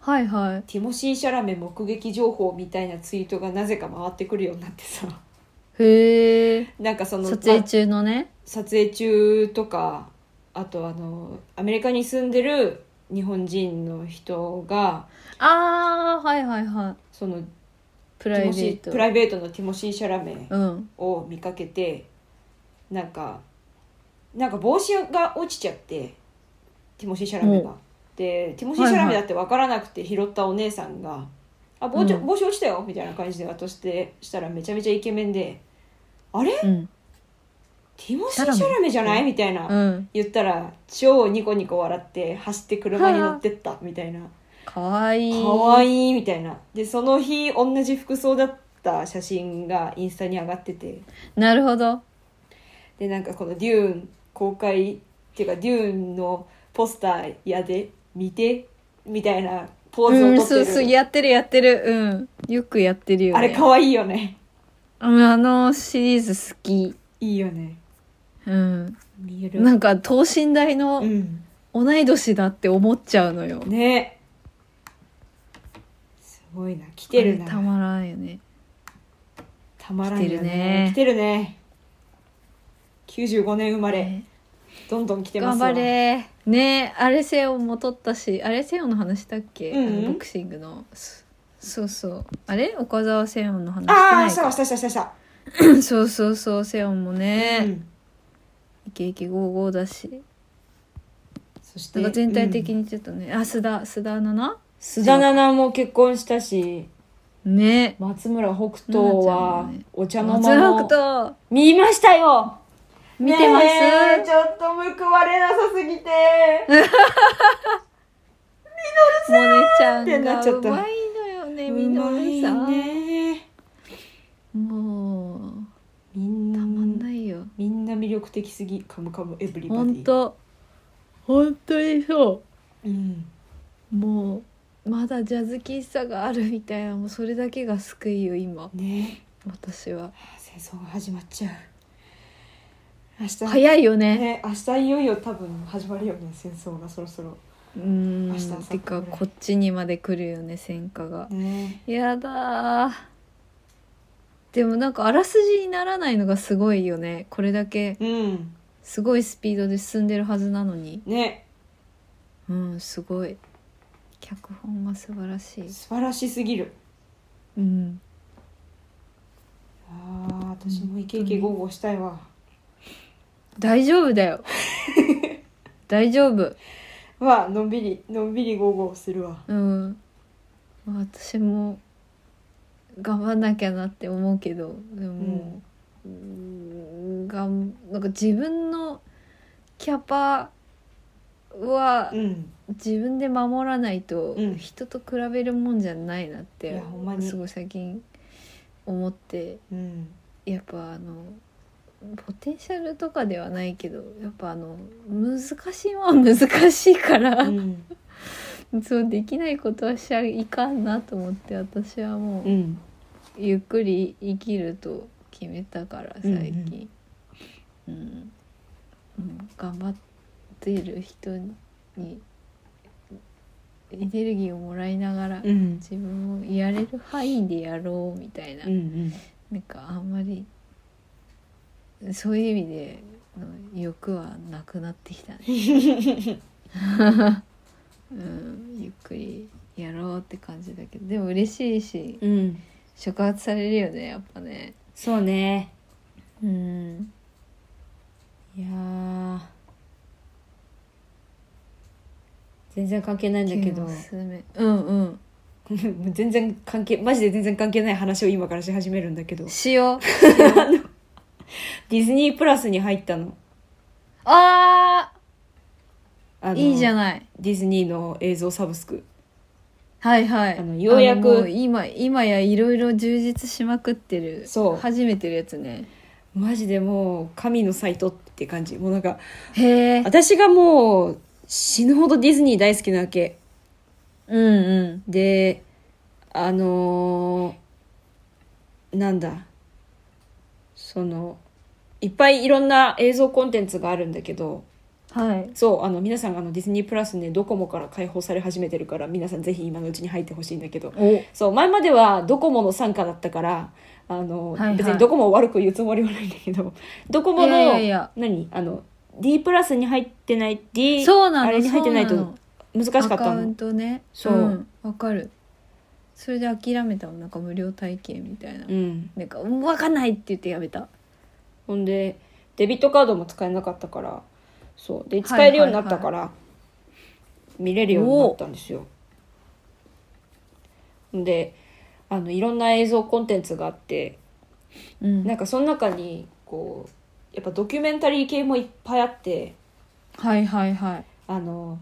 S1: はいはい
S2: ティモシー・シャラメ目撃情報みたいなツイートがなぜか回ってくるようになってさ
S1: へえ
S2: なんかその
S1: 撮影
S2: ま
S1: 中のね
S2: 撮影中とかあとあのアメリカに住んでる日本人の人が
S1: ああはいはいはい
S2: その
S1: プ
S2: テ
S1: ライ
S2: ィ
S1: ベ
S2: モシ
S1: ー
S2: ー
S1: ト
S2: プライベートのティモシー・シャラメ
S1: うん
S2: を見かけてなんかなんか帽子が落ちちゃってティモシー・シャラメが。でティモシー・シャラメだって分からなくて拾ったお姉さんが「あ帽子
S1: うん
S2: 帽子落ちたよ」みたいな感じで渡してしたらめちゃめちゃイケメンで「あれ
S1: うん
S2: ティモシー・シャラメじゃない?」みたいな、
S1: うん
S2: 言ったら超ニコニコ笑って走って車に乗ってったみたいな。
S1: かわいい
S2: かわ
S1: い
S2: いいみたいなでその日同じ服装だった写真がインスタに上がってて
S1: なるほど
S2: でなんかこの「デューン」公開っていうか「デューン」のポスターやで見てみたいなポーズ
S1: うん
S2: を
S1: そ
S2: と
S1: う
S2: って
S1: そう
S2: る、
S1: やってるやってるうんよくやってるよ
S2: あ
S1: ね
S2: れ可愛いよね
S1: うんあのシリーズ好き
S2: いいよね
S1: うん
S2: 見える
S1: なんか等身大の
S2: うん
S1: 同い年だって思っちゃうのよ、
S2: ねすごいな来てるな
S1: あれたまらんよね
S2: たまらんよ
S1: 来てるね
S2: 来てるね95年生まれ、
S1: ね
S2: どんどん来てま
S1: 頑
S2: すわ
S1: 張れねあれセオンも取ったしあれセオンの話だっけ、
S2: うんうん
S1: あのボクシングのそそうそうあれ岡澤セオンの話して
S2: あ
S1: な
S2: あ
S1: い
S2: した
S1: か
S2: したしたしたした、
S1: そうそうそうセオンもね、
S2: うん
S1: イケイケゴーゴーだし
S2: そして
S1: なんか全体的
S2: に、
S1: にちょっとね、あ須田須田奈々
S2: 須田奈々も結婚したし
S1: ね
S2: 松村北斗は
S1: 奈々ちゃんもね
S2: お茶の
S1: 松
S2: 間
S1: 永
S2: の
S1: と
S2: 見ましたよ
S1: 見てます、
S2: ねえちょっと報われなさすぎて
S1: モネちゃん
S2: ってな
S1: が
S2: っちゃっ
S1: う
S2: た
S1: まいのよねみ
S2: うん
S1: な
S2: まい
S1: さん
S2: ね
S1: もう
S2: みん
S1: たまん
S2: な
S1: ないよ
S2: みんな魅力的すぎカムカムエブリバディ
S1: 本当本当にそ
S2: うん
S1: うもうまだジャズ喫茶があるみたいなもうそれだけが救いよ今
S2: ね
S1: 私は
S2: え戦争が始まっちゃう明日
S1: 早いよね
S2: ね明日いよいよ多分始まるよね戦争がそろそろ
S1: うーん
S2: 明日明後日
S1: てかこっちにまで来るよね戦火が
S2: ね
S1: やだーでもなんかあらすじにならないのがすごいよねこれだけ
S2: うん
S1: すごいスピードで進んでるはずなのに
S2: ね
S1: うんすごい脚本が素晴らしい
S2: 素晴らしすぎる
S1: うん
S2: ああ私もイケイケゴーゴーしたいわ
S1: 大丈夫だ よ大丈夫
S2: はのんびりのんびりゴーゴーするわ
S1: うん私も頑張んなきゃなって思うけどでも、うん、がんなんか自分のキャパは
S2: うん
S1: 自分で守らないと
S2: うん
S1: 人と比べるもんじゃないなっ
S2: い
S1: て、
S2: やほんまに
S1: すごい最近思って
S2: うん
S1: やっぱあのポテンシャルとかではないけどやっぱあの難しいもんは難しいから
S2: う、ん
S1: そうできないことはしちゃいかんなと思って私はもう、
S2: うん
S1: ゆっくり生きると決めたから最近、うんうん頑張ってる人にエネルギーをもらいながら、
S2: うん
S1: 自分をやれる範囲でやろうみたいな、
S2: うん
S1: なんかあんまりそういう意味での欲はなくなってきたね。うん、ゆっくりやろうって感じだけどでも嬉しいし
S2: うん
S1: 触発されるよねやっぱね。
S2: そうね
S1: うん、
S2: いやー全然関係ないんだけど
S1: おすすめうんうん
S2: 全然関係マジで全然関係ない話を今からし始めるんだけど
S1: しよう
S2: ディズニープラスに入ったの
S1: あ
S2: あ
S1: ー
S2: の
S1: いいじゃない
S2: ディズニーの映像サブスク
S1: はいはい
S2: あのようやく
S1: あのも今今やいろいろ充実しまくってる
S2: そう
S1: 始めてるやつね
S2: マジでもう神のサイトって感じもうなんか
S1: へえ
S2: 私がもう死ぬほどディズニー大好きなわけ
S1: うんうん
S2: であのーなんだそのいっぱいいろんな映像コンテンツがあるんだけど
S1: はい
S2: そうあの皆さんあのディズニープラスねドコモから解放され始めてるから皆さんぜひ今のうちに入ってほしいんだけど
S1: お
S2: そう前まではドコモの傘下だったからあの、
S1: はいはい
S2: 別にドコモを悪く言うつもりはないんだけどドコモの
S1: いやいやいや
S2: 何あの D プラスに入ってない D
S1: そうなの
S2: あれに入ってないと
S1: そうなの
S2: 難しかった
S1: アカウ
S2: の
S1: ントね
S2: そう
S1: うんわ、かるそれで諦めたのなんか無料体験みたいな、
S2: うん
S1: なんか「うんわかんない」って言ってやめた
S2: ほんでデビットカードも使えなかったからそうで使えるようになったから、見れるようになったんですよほんであのいろんな映像コンテンツがあって
S1: うん
S2: なんかその中にこうやっぱドキュメンタリー系もいっぱいあって
S1: はいはいはい
S2: あの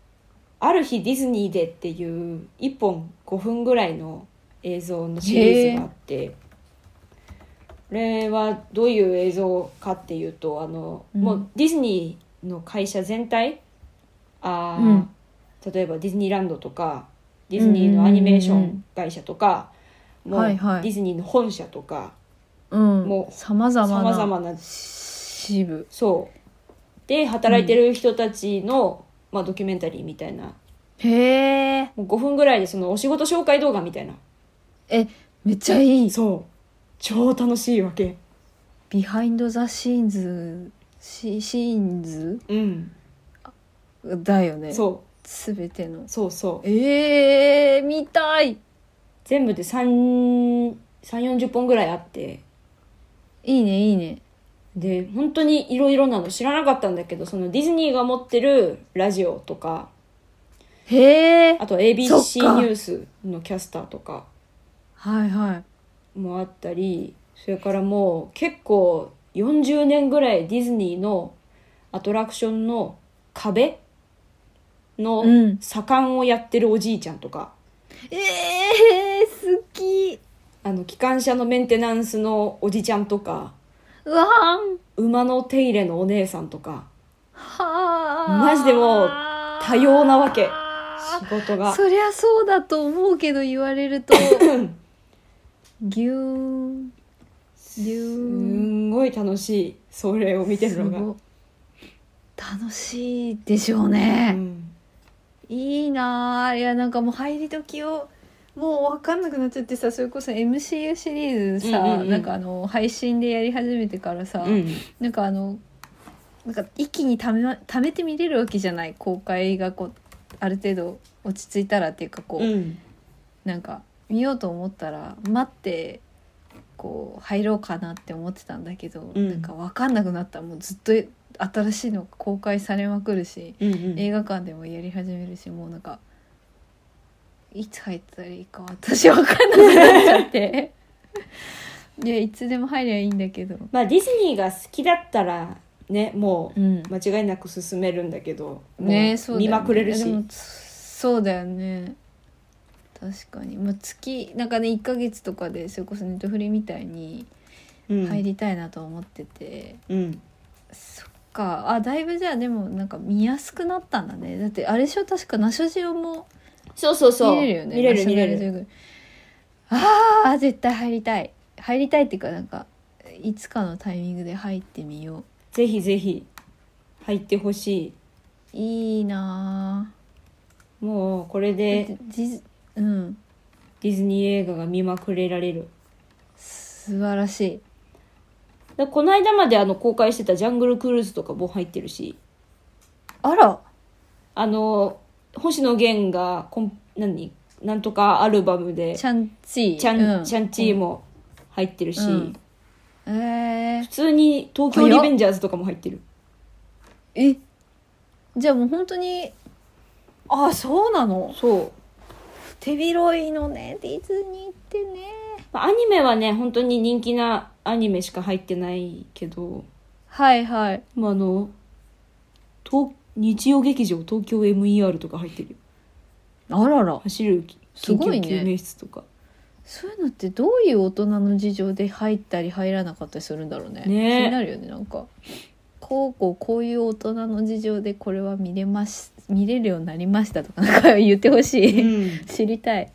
S2: 「ある日ディズニーで」っていう1本5分ぐらいの映像のシリーズがあってこれはどういう映像かっていうとあの、
S1: うん
S2: もうディズニーの会社全体あー、
S1: うん
S2: 例えばディズニーランドとかディズニーのアニメーション会社とか、
S1: んうんうんうん
S2: もう
S1: はいはい
S2: ディズニーの本社とか
S1: うん
S2: もう
S1: さまざまな
S2: 様々な
S1: 支部
S2: そうで働いてる人たちの、まあ、ドキュメンタリーみたいな
S1: へえ
S2: もう5分ぐらいでそのお仕事紹介動画みたいな
S1: えめっちゃいい
S2: そう超楽しいわけ
S1: ビハインド・ザ・シーンズシシーンズ
S2: うん
S1: だよね
S2: そ
S1: 全ての
S2: うそうそう
S1: ええー、見たい
S2: 全部で3 3 4 0本ぐらいあって
S1: いいねいいね
S2: で本当にいろいろなの知らなかったんだけどそのディズニーが持ってるラジオとか
S1: へえ
S2: あと
S1: そ
S2: ABC
S1: っか
S2: ニュースのキャスターとか
S1: はいはい
S2: もあったりそれからもう結構40年ぐらいディズニーのアトラクションの壁の
S1: うん
S2: 左官をやってるおじいちゃんとか、
S1: ええー、好き
S2: あの機関車のメンテナンスのおじちゃんとか
S1: うわん
S2: 馬の手入れのお姉さんとか
S1: はあ
S2: マジでもう多様なわけ仕事が
S1: そりゃそうだと思うけど言われる とぎゅーんぎゅ
S2: す
S1: ーん
S2: んごい楽しいそれを見てるのが、
S1: すご楽しいでしょう
S2: う
S1: ね、
S2: ん、
S1: いいなあいやなんかもう入り時をもう分かんなくなっちゃってさそれこそ MCU シリーズさ、
S2: うんうんうん
S1: なんかあの配信でやり始めてからさ、
S2: うん
S1: なんかあのなんか一気にためまためて見れるわけじゃない公開がこうある程度落ち着いたらっていうかこう、
S2: うん
S1: なんか見ようと思ったら待ってこう入ろうかなって思ってたんだけど、
S2: うん
S1: なんか分かんなくなったもうずっと新しいのが公開されまくるし、
S2: うんうん
S1: 映画館でもやり始めるしもうなんかいつ入ったらいいか私分かんなくなっちゃって いやいつでも入りゃいいんだけど、
S2: まあディズニーが好きだったらねもう
S1: うん、
S2: 間違いなく進めるんだけど、も
S1: ね
S2: う
S1: そうだよね
S2: 見まくれるし
S1: でもそうだよね確かに、まあ、月なんかね1ヶ月とかでそれこそネットフリみたいに
S2: うん
S1: 入りたいなと思ってて、
S2: うん
S1: そっかあだいぶじゃあでもなんか見やすくなったんだねだってあれでしょ確かナショジオも
S2: そうそうそう
S1: 見れるよね
S2: 見れる見れ
S1: ナショジ
S2: る
S1: オぐらいああ絶対入りたい入りたいっていうかなんかいつかのタイミングで入ってみよう
S2: ぜひぜひ入ってほし
S1: いいな
S2: いもうこれ
S1: ー
S2: で
S1: だってディズうん
S2: ディズニー映画が見まくれられる
S1: 素晴らしい
S2: だこの間まであの公開してた「ジャングルクルーズ」とかも入ってるし
S1: あら
S2: あの星野源がこん何なんとかアルバムで
S1: ちゃんち
S2: ちゃん、ちゃんちー
S1: も
S2: も入ってるし、
S1: うんえ
S2: 普通に東京リベンジャーズとかも入ってる。
S1: ー、えじゃあもう本当にあそうなの
S2: そう。
S1: 手広いのねディズニーってね
S2: まあアニメはね、本当に人気なアニメしか入ってないけど、
S1: はいはい
S2: まあ、あの、東日曜劇場東京 MER とか入ってるよ。
S1: あらら
S2: 走る
S1: す
S2: 緊
S1: ごい
S2: 急
S1: ね
S2: 救命室とか。
S1: そういうのってどういう大人の事情で入ったり入らなかったりするんだろうね
S2: ね
S1: 気になるよねなんかこうこうこういう大人の事情でこれは見れます見れるようになりましたとかなんか言ってほしい、
S2: うん
S1: 知りたい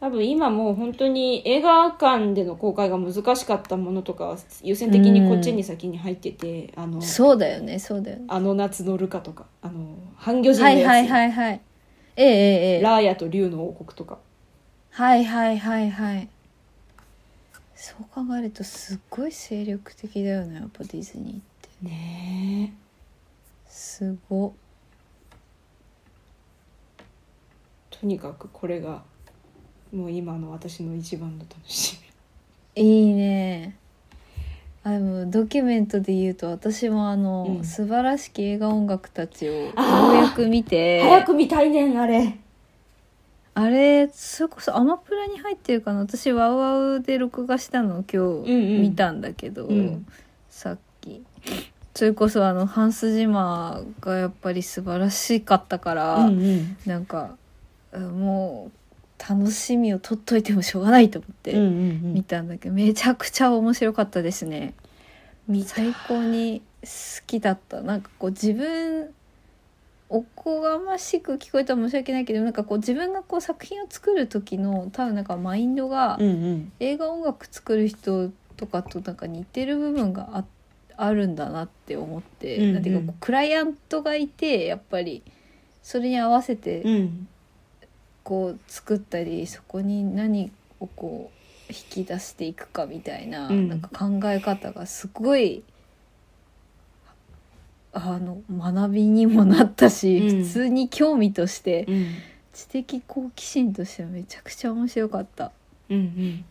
S2: 多分今もう本当に映画館での公開が難しかったものとかは優先的にこっちに先に入ってて、あの、
S1: そうだよねそうだよね
S2: あの夏のルカとか、あの、半魚人の
S1: は
S2: や
S1: い
S2: つ、
S1: はいはいはいええええええ
S2: ラーヤと竜の王国とか。
S1: はいはいはいはいそう考えるとすっごい精力的だよねやっぱディズニーって
S2: ね
S1: すご
S2: えとにかくこれがもう今の私の一番の楽し
S1: いいねあでもドキュメントで言うと私もあの、
S2: うん
S1: 素晴らしき映画音楽たちをよ
S2: あー
S1: うやく見
S2: み
S1: て
S2: 早く見たいねんあれ
S1: あれそれこそアマプラに入ってるかな私ワウワウで録画したのを今日
S2: うんうん
S1: 見たんだけど、
S2: うん
S1: さっきそれこそあのハンス・ジマーがやっぱり素晴らしかったから、
S2: うん
S1: なんかうんもう楽しみを取っといてもしょうがないと思って
S2: うんうん
S1: 見たんだけど、めちゃくちゃ面白かったですね最高に好きだったなんかこう自分おこがましく聞こえたら申し訳ないけどなんかこう自分がこう作品を作る時の多分なんかマインドが
S2: うんうん
S1: 映画音楽作る人とかとなんか似てる部分がああるんだなって思って、
S2: うんうん
S1: なんていうかこうクライアントがいてやっぱりそれに合わせて
S2: うん
S1: こう作ったり、そこに何をこう引き出していくかみたいな,、
S2: うん
S1: なんか考え方がすごいあの学びにもなったし、
S2: うん
S1: 普通に興味として
S2: うん
S1: 知的好奇心としてはめちゃくちゃ面白かった。
S2: うん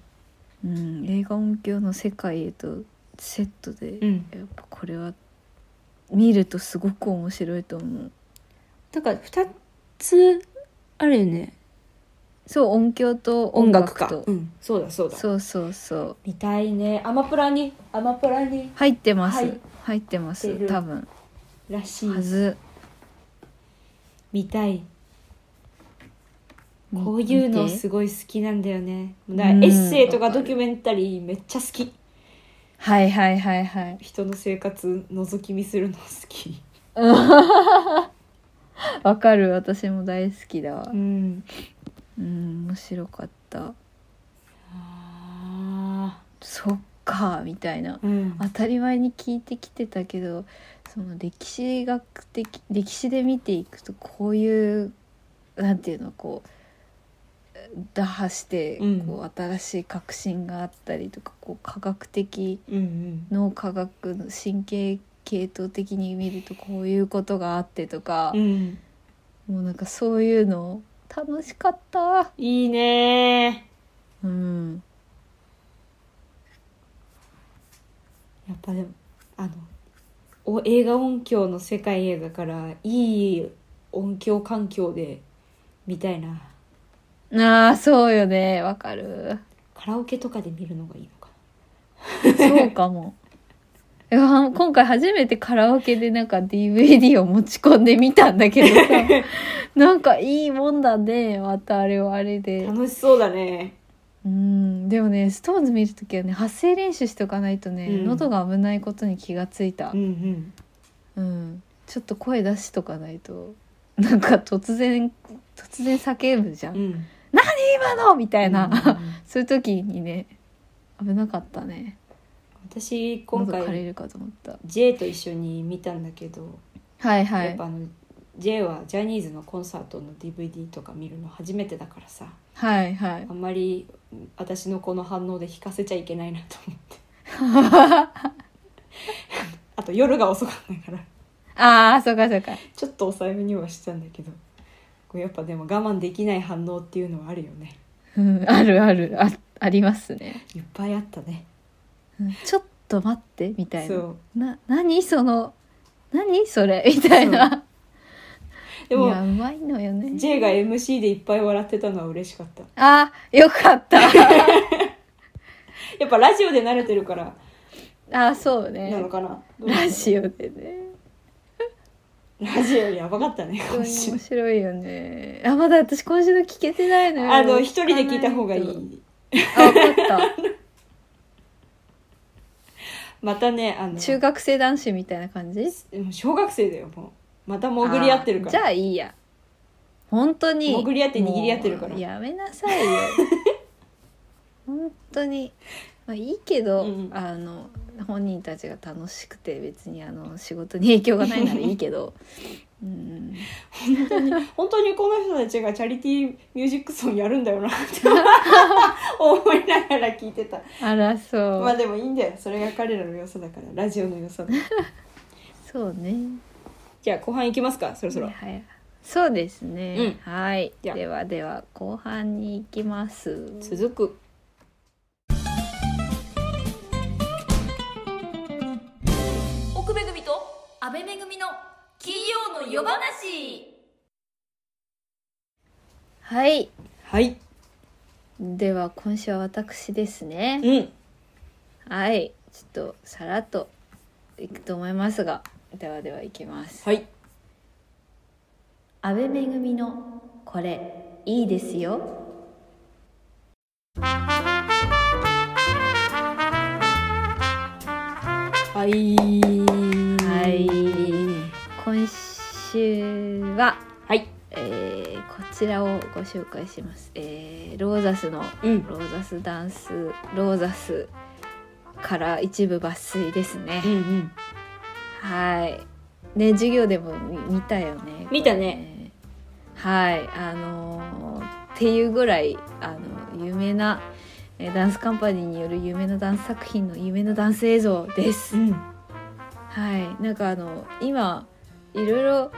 S1: うん、映画音響の世界へとセットで、
S2: うん
S1: やっぱこれは見るとすごく面白いと思う
S2: だから2つあるよね
S1: そう音響と
S2: 音
S1: 音
S2: 楽
S1: 楽
S2: か
S1: と
S2: うん、そうだそうだ
S1: そうそうそう
S2: 見たいねアマプラにアマプラに
S1: 入ってます、
S2: はい
S1: 入ってま
S2: 入って
S1: す
S2: る
S1: 多分
S2: らしい
S1: はず
S2: 見たいこういうのすごい好きなんだよねだからエ
S1: うん
S2: ッセイとか
S1: わか
S2: ド
S1: る
S2: キュメンタリーめっちゃ好き
S1: はいはいはいはい
S2: 人の生活覗き見するの好き
S1: わかる私も大好きだわ
S2: うん
S1: うん面白かった
S2: あ
S1: そっかみたいな
S2: ーうん
S1: 当たり前に聞いてきてたけどその歴史学的歴史で見ていくとこういうなんていうのこう打破して
S2: うん
S1: こう新しい革新があったりとか、こう科学的
S2: うんうん
S1: 脳科学の神経系統的に見るとこういうことがあってとか
S2: う、ん
S1: もうなんかそういうの楽しかった。
S2: いいね
S1: うん、
S2: やっぱでもあのお映画音響の世界へだからいい音響環境で見たいな
S1: ああそうよねわかる。
S2: カラオケとかで見るのがいいのか
S1: そうかも。 いや今回初めてカラオケでなんか DVD を持ち込んでみたんだけど さなんかいいもんだねまたあれはあれ
S2: な
S1: で
S2: 楽しそうだね
S1: うんでもね SixTONES 見る時はね発声練習しておかないとね、
S2: うん
S1: 喉が危ないことに気がついた
S2: うん、
S1: う
S2: うん
S1: ん、ちょっと声出しとかないとなんか突然突然叫ぶじゃん「
S2: うんみ
S1: 今の!」みたいな、
S2: うんうん
S1: そういう時にね危なかったね
S2: 私今
S1: 今回枯
S2: 回
S1: れるかと思った
S2: J と一緒に見たんだけど、
S1: はいは
S2: やっ
S1: い
S2: ぱあの J はジャニーズのコンサートの DVD とか見るの初めてだからさ
S1: はいはい
S2: あんまり私のこの反応で引かせちゃいけないなと思って あと夜が遅かったから
S1: ああそうかそうか
S2: ちょっと抑えめにはしたんだけどこうやっぱでも我慢できない反応っていうのはあるよね
S1: うんあるあるあありますね、
S2: いっぱいあったね
S1: うんちょっと待ってみたい
S2: そ
S1: な
S2: う
S1: な何その何それみたいな
S2: で
S1: い
S2: も
S1: やうまいのよね
S2: J が MC でいっぱい笑ってたのは嬉しかった
S1: あーよかった
S2: やっぱラジオで慣れてるから
S1: あーそう
S2: な
S1: ね
S2: のかな、どうなの
S1: ラジオでね
S2: ラジオやばかったね
S1: すご
S2: 今
S1: い
S2: 週
S1: 面白いよねあまだ私今週の聞けてないのよ
S2: あの一人で聞いた方がいい
S1: あわかった
S2: またねあの
S1: 中学生男子みたいな感じ
S2: もう小学生だよもうまた潜り合ってるから
S1: あーじゃあいいや本当に
S2: 潜り合って握り合ってるから
S1: もうやめなさ いよ本当にまあいいけど、
S2: うん
S1: あの本人たちが楽しくて別にあの仕事に影響がないならいいけ どうん
S2: 本当にこの人たちがチャリティーミュージックソンやるんだよなって 思いながら聞いてた
S1: あらそう、
S2: まあでもいいんだよそれが彼らの良さだからラジオの良さだ
S1: そうね
S2: じゃあ後半いきますかそろそろ
S1: はいそうですね、はい
S2: じゃあ
S1: ではでは後半に行きます
S2: 続く
S3: 奥めぐみと安倍めぐみの金曜の夜話
S1: はい
S2: はい
S1: では今週は私ですね
S2: うん
S1: はい、ちょっとさらっといくと思いますが、ではでは行きます。
S2: はい
S1: 安倍めぐみのこれいいですよ。
S2: はい
S1: はい今週は、
S2: はい
S1: えーこちらをご紹介します。えーローザスの
S2: うん
S1: ローザスダンスローザスから一部抜粋ですね
S2: う。んうん
S1: はい。ね授業でも見見たよね。
S2: 見たね
S1: これ。はい、あのーっていうぐらいあの有名なえーダンスカンパニーによる有名なダンス作品の有名なダンス映像です。
S2: うん
S1: はい、なんかあの今いろいろ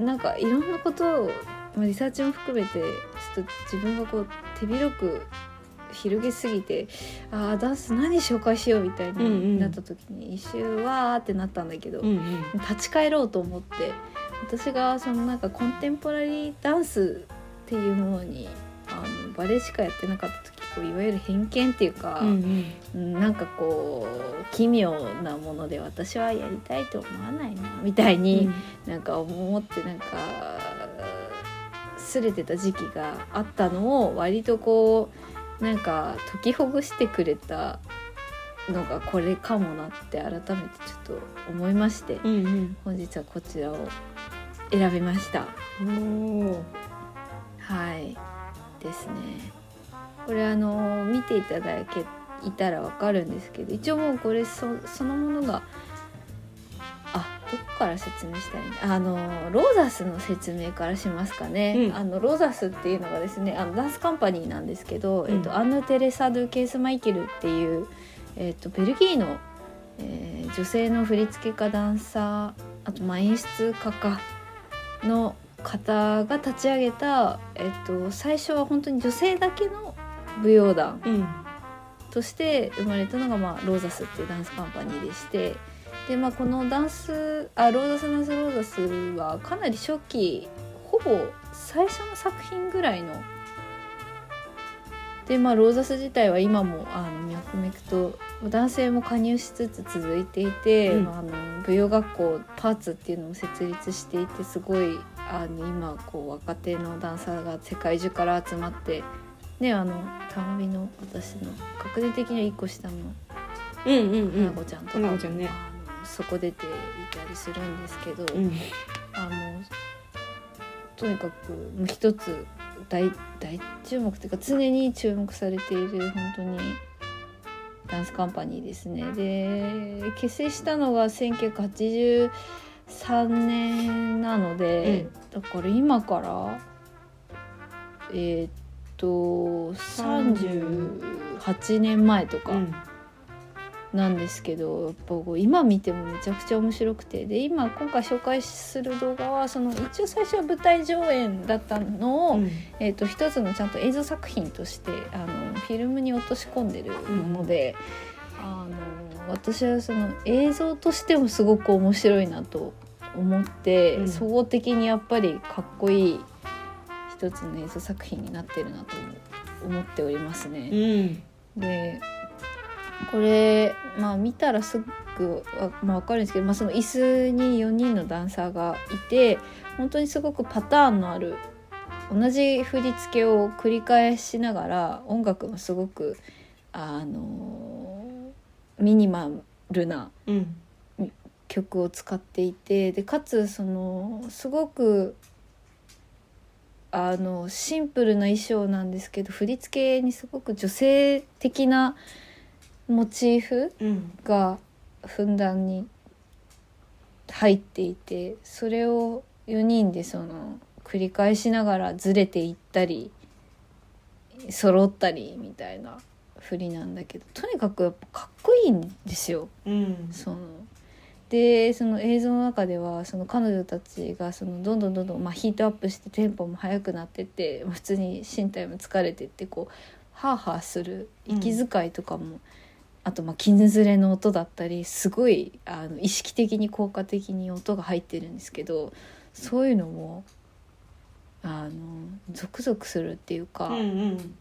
S1: なんかいろんなことをまあリサーチも含めてちょっと自分がこう手広く広げすぎてあーダンス何紹介しようみたい
S2: うんうん
S1: になった時に一周わーってなったんだけど、
S2: うんうん
S1: 立ち返ろうと思って私がそのなんかコンテンポラリーダンスっていうものにあのバレエしかやってなかった時こういわゆる偏見っていうか、
S2: うんうん
S1: うんなんかこう奇妙なもので私はやりたいと思わないなみたいに、なんか思ってなんか擦れてた時期があったのを割とこうなんか解きほぐしてくれたのがこれかもなって改めてちょっと思いまして、
S2: うん
S1: 本日はこちらを選びました。
S2: うんおー
S1: はいですねこれあの見ていただけいたらわかるんですけど一応もうこれそそのものがあどこから説明したらいいんだあのローザスの説明からしますかね、
S2: うん
S1: あのローザスっていうのがですねあのダンスカンパニーなんですけど、
S2: うん
S1: えっと、アンヌ・テレサ・ドゥ・ケース・マイケルっていう、えっと、ベルギーの、えー女性の振付家ダンサーあとまあ演出家かの方が立ち上げた、えっと、最初は本当に女性だけの舞踊団
S2: うん
S1: として生まれたのが、まあ、ローザスっていうダンスカンパニーでしてで、まあ、このダンスあローザスダンスローザスはかなり初期ほぼ最初の作品ぐらいの。でまあ、ローザス自体は今もあの脈々と男性も加入しつつ続いていて、
S2: うん
S1: まああの舞踊学校パーツっていうのも設立していてすごいあの今こう若手のダンサーが世界中から集まってねあのたまみの私の学年的には1個下の
S2: うんうんう
S1: 花
S2: ん
S1: 子ちゃんとか、
S2: 花子ちゃんね
S1: あのそこ出ていたりするんですけど、
S2: うん
S1: あのとにかくもう一つ大大注目というか常に注目されている本当にダンスカンパニーですね。で結成したのが1983年なので、だから今からえーっと38年前とか。
S2: うん
S1: なんですけどやっぱこう今見てもめちゃくちゃ面白くてで今今回紹介する動画はその一応最初は舞台上演だったのを、
S2: うん
S1: えー、と一つのちゃんと映像作品としてあのフィルムに落とし込んでるもので、あの私はその映像としてもすごく面白いなと思って、
S2: うん
S1: 総合的にやっぱりかっこいい一つの映像作品になってるなと思っておりますね。
S2: うん
S1: でこれまあ見たらすぐわ、まあ、分かるんですけど、まあ、その椅子に4人のダンサーがいて本当にすごくパターンのある同じ振り付けを繰り返しながら音楽もすごくあのミニマルな
S2: うん
S1: 曲を使っていてでかつそのすごくあのシンプルな衣装なんですけど振り付けにすごく女性的なモチーフ
S2: うん
S1: がふんだんに入っていてそれを4人でその繰り返しながらずれていったり揃ったりみたいな振りなんだけどとにかくやっぱかっこいいんですよ。
S2: うん
S1: そのでその映像の中ではその彼女たちがそのどんどんどんどん、まあ、ヒートアップしてテンポも速くなってってまあ普通に身体も疲れてってこうハーハーする
S2: うん
S1: 息遣いとかも、あとまあ絹ずれの音だったりすごいあの意識的に効果的に音が入ってるんですけどそういうのもあのゾクゾクするっていうか。
S2: うん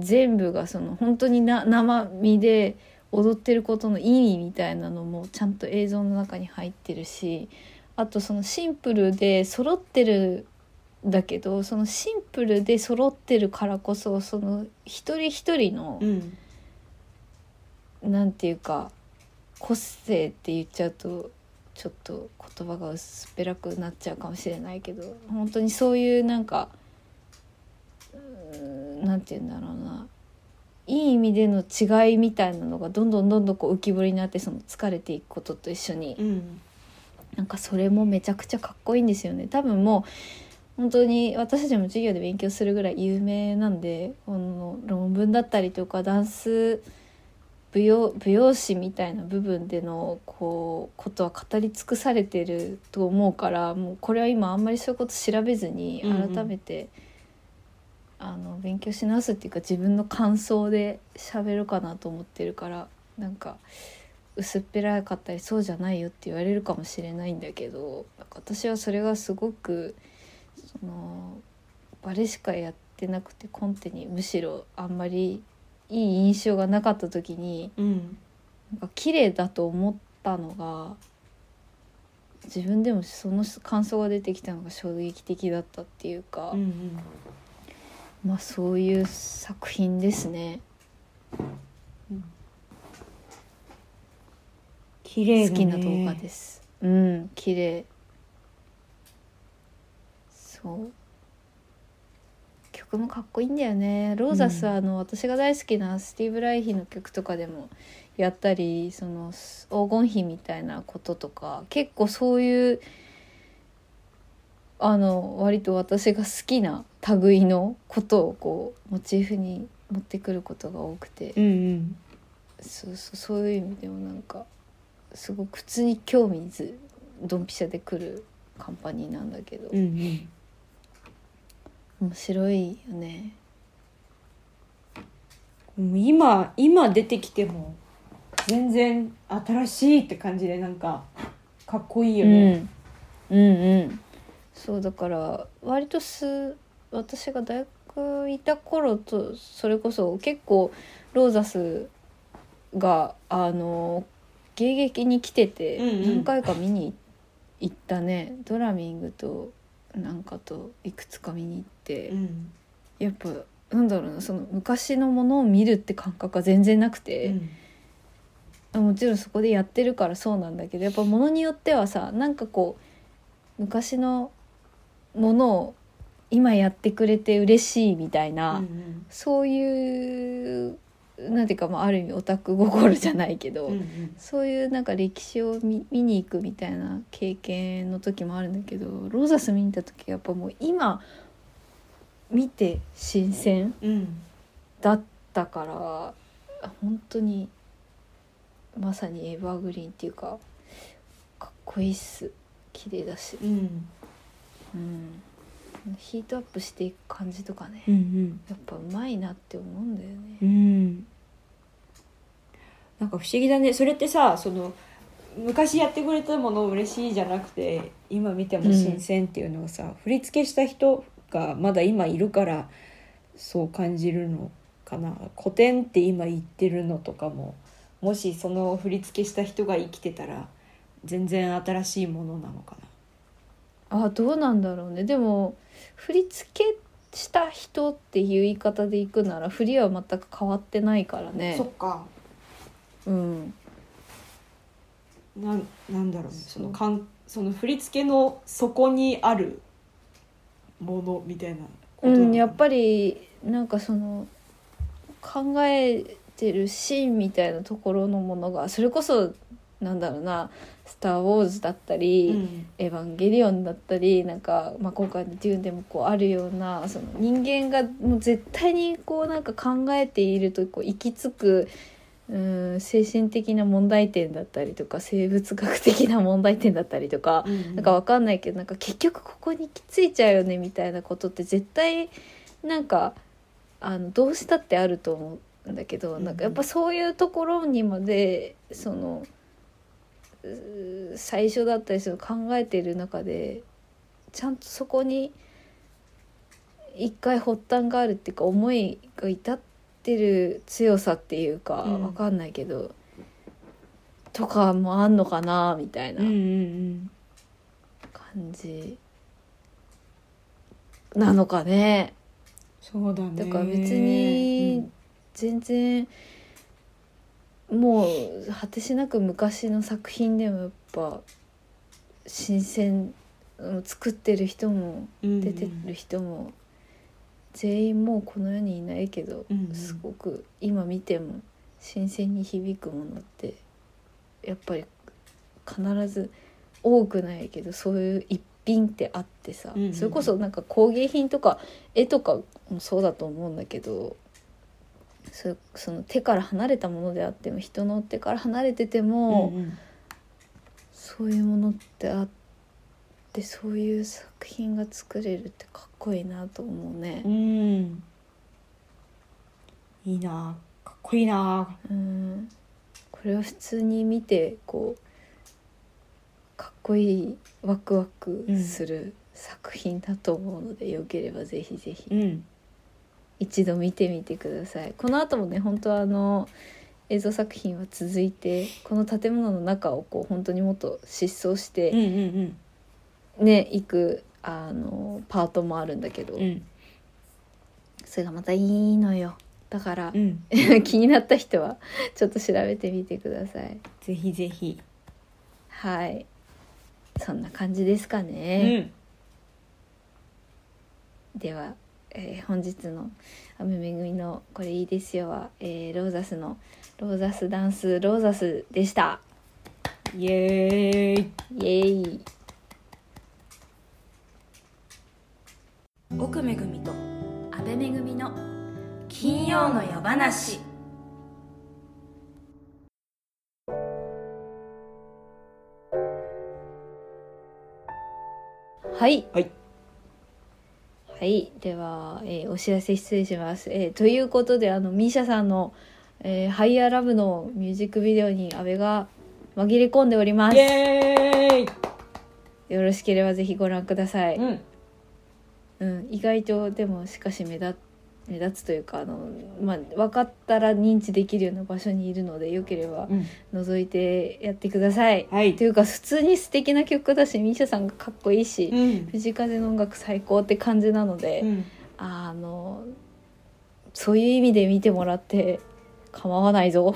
S1: 全部がその本当にな生身で踊ってることの意味みたいなのもちゃんと映像の中に入ってるしあとそのシンプルで揃ってるんだけどそのシンプルで揃ってるからこそその一人一人の
S2: うんうん
S1: なんていうか個性って言っちゃうとちょっと言葉が薄っぺらくなっちゃうかもしれないけど本当にそういうなんかうーんなんて言うんだろうないい意味での違いみたいなのがどんどんどんどんこう浮き彫りになってその疲れていくことと一緒に
S2: うん
S1: なんかそれもめちゃくちゃかっこいいんですよね多分もう本当に私たちも授業で勉強するぐらい有名なんでこの論文だったりとかダンス舞踊舞踊史みたいな部分でのこうことは語り尽くされてると思うからもうこれは今あんまりそういうこと調べずに
S2: うんうん
S1: 改めて、あの勉強し直すっていうか自分の感想で喋るかなと思ってるからなんか薄っぺらかったりそうじゃないよって言われるかもしれないんだけどなんか私はそれがすごくそのバレしかやってなくてコンテにむしろあんまりいい印象がなかった時に
S2: うん
S1: なんか綺麗だと思ったのが自分でもその感想が出てきたのが衝撃的だったっていうか、
S2: うん
S1: まあそういう作品ですね。
S2: 綺麗
S1: 好きな動画です。うん、綺麗。そう。曲もかっこいいんだよね。ローザスは、あの私が大好きなスティーブ・ライヒの曲とかでもやったり、そのす黄金比みたいなこととか、結構そういうあの割と私が好きな類のことをこうモチーフに持ってくることが多くて。
S2: うんうん
S1: そうそうそういう意味でもなんかすごく普通に興味ずドンピシャで来るカンパニーなんだけど、
S2: うんうん
S1: 面白いよね
S2: もう今今出てきても全然新しいって感じでなんかかっこいいよね、
S1: うん、うんうんそうだから割とす私が大学いた頃とそれこそ結構ローザスがあの迎撃に来てて
S2: うんうん
S1: 何回か見に行ったね、ドラミングとなんかといくつか見に行って。
S2: うん
S1: やっぱなんだろうなその昔のものを見るって感覚が全然なくて、もちろんそこでやってるからそうなんだけどやっぱものによってはさなんかこう昔のものを今やってくれて嬉しいみたいな、
S2: うん
S1: そういうなんていうか、まあ、ある意味オタク心じゃないけど、
S2: うんうん
S1: そういうなんか歴史を見見に行くみたいな経験の時もあるんだけどローザス見に行った時はやっぱもう今見て新鮮。
S2: うん
S1: だったから本当にまさにエバーグリーンっていうかかっこいいっす綺麗だし、
S2: うん
S1: うん、ヒートアップしていく感じとかね、
S2: うん
S1: やっぱうまいなって思うんだよね
S2: う。んなんか不思議だねそれってさその昔やってくれたもの嬉しいじゃなくて今見ても新鮮っていうのはさ、振り付けした人がまだ今いるからそう感じるのかな古典って今言ってるのとかももしその振り付けした人が生きてたら全然新しいものなのかな。
S1: あどうなんだろうねでも振り付けした人っていう言い方でいくなら振りは全く変わってないからね。
S2: そっか
S1: うん、
S2: なんなんだろうね
S1: そう
S2: そのかんその振り付けの底にあるものみたいなこと
S1: う
S2: なの
S1: ん、やっぱりなんかその考えてるシーンみたいなところのものがそれこそなんだろうな「スター・ウォーズ」だったり「
S2: うん
S1: エヴァンゲリオン」だったりなんか、まあ、今回の「デューン」でもこうあるようなその人間がもう絶対にこうなんか考えているとこう行き着くうん精神的な問題点だったりとか生物学的な問題点だったりとかなんかわかんないけどなんか結局ここに行き着いちゃうよねみたいなことって絶対なんかあのどうしたってあると思うんだけど
S2: うん
S1: なんかやっぱそういうところにまでそのうー最初だったりその考えてる中でちゃんとそこに一回発端があるっていうか思いが至ってる強さっていうか
S2: うん
S1: わかんないけど。とかもあんのかなみたいな
S2: うんう、ん
S1: 感じなのかね。
S2: そうだね
S1: だから別に全然もう果てしなく昔の作品でもやっぱ新鮮うん作ってる人も
S2: 出
S1: 出てる人も全員もうこの世にいないけど、
S2: うんうん
S1: すごく今見ても新鮮に響くものってやっぱり必ず多くないけどそういう一品ってあってさ、
S2: うんうん
S1: それこそなんか工芸品とか絵とかもそうだと思うんだけどそその手から離れたものであっても人の手から離れてても。
S2: うんうん
S1: そういうものってあってそういう作品が作れるってかっこいいなと思うね
S2: う。んいいなあかっこいいなあ
S1: うん、これを普通に見てこうかっこいいワクワクする作品だと思うので、よければぜひぜひ
S2: うん
S1: 一度見てみてください。この後もね本当はあの映像作品は続いてこの建物の中をこう本当にもっと疾走し
S2: うんう
S1: て
S2: ん
S1: ね、行くあのパートもあるんだけど。
S2: うんうん
S1: それがまたいいのよだから
S2: う、ん
S1: 気になった人はちょっと調べてみてください
S2: ぜひぜひ
S1: はいそんな感じですか
S2: う
S1: ね、
S2: ん
S1: では、えー本日の「雨めぐみのこれいいですよは」えーローザスの「ローザスダンスローザス」でした
S2: イエーイ
S1: イエーイ
S3: 奥めぐみと阿部めぐみの金曜の夜話
S1: はい
S2: はい
S1: はいでは、えーお知らせ失礼します、えーということであのミーシャさんの「えーハイヤーラブのミュージックビデオに阿部が紛れ込んでおります
S2: イエー
S1: よろしければぜひご覧ください、
S2: イ
S1: うん
S2: うん
S1: 意外とでもしかし目立目立つというかあの、まあ、分かったら認知できるような場所にいるのでよければ
S2: うん
S1: 覗いてやってください、
S2: はい
S1: というか普通に素敵な曲だしミーシャさんがかっこいいし、
S2: うん
S1: 藤風の音楽最高って感じなので、
S2: うん
S1: あのそういう意味で見てもらって構わない ぞ。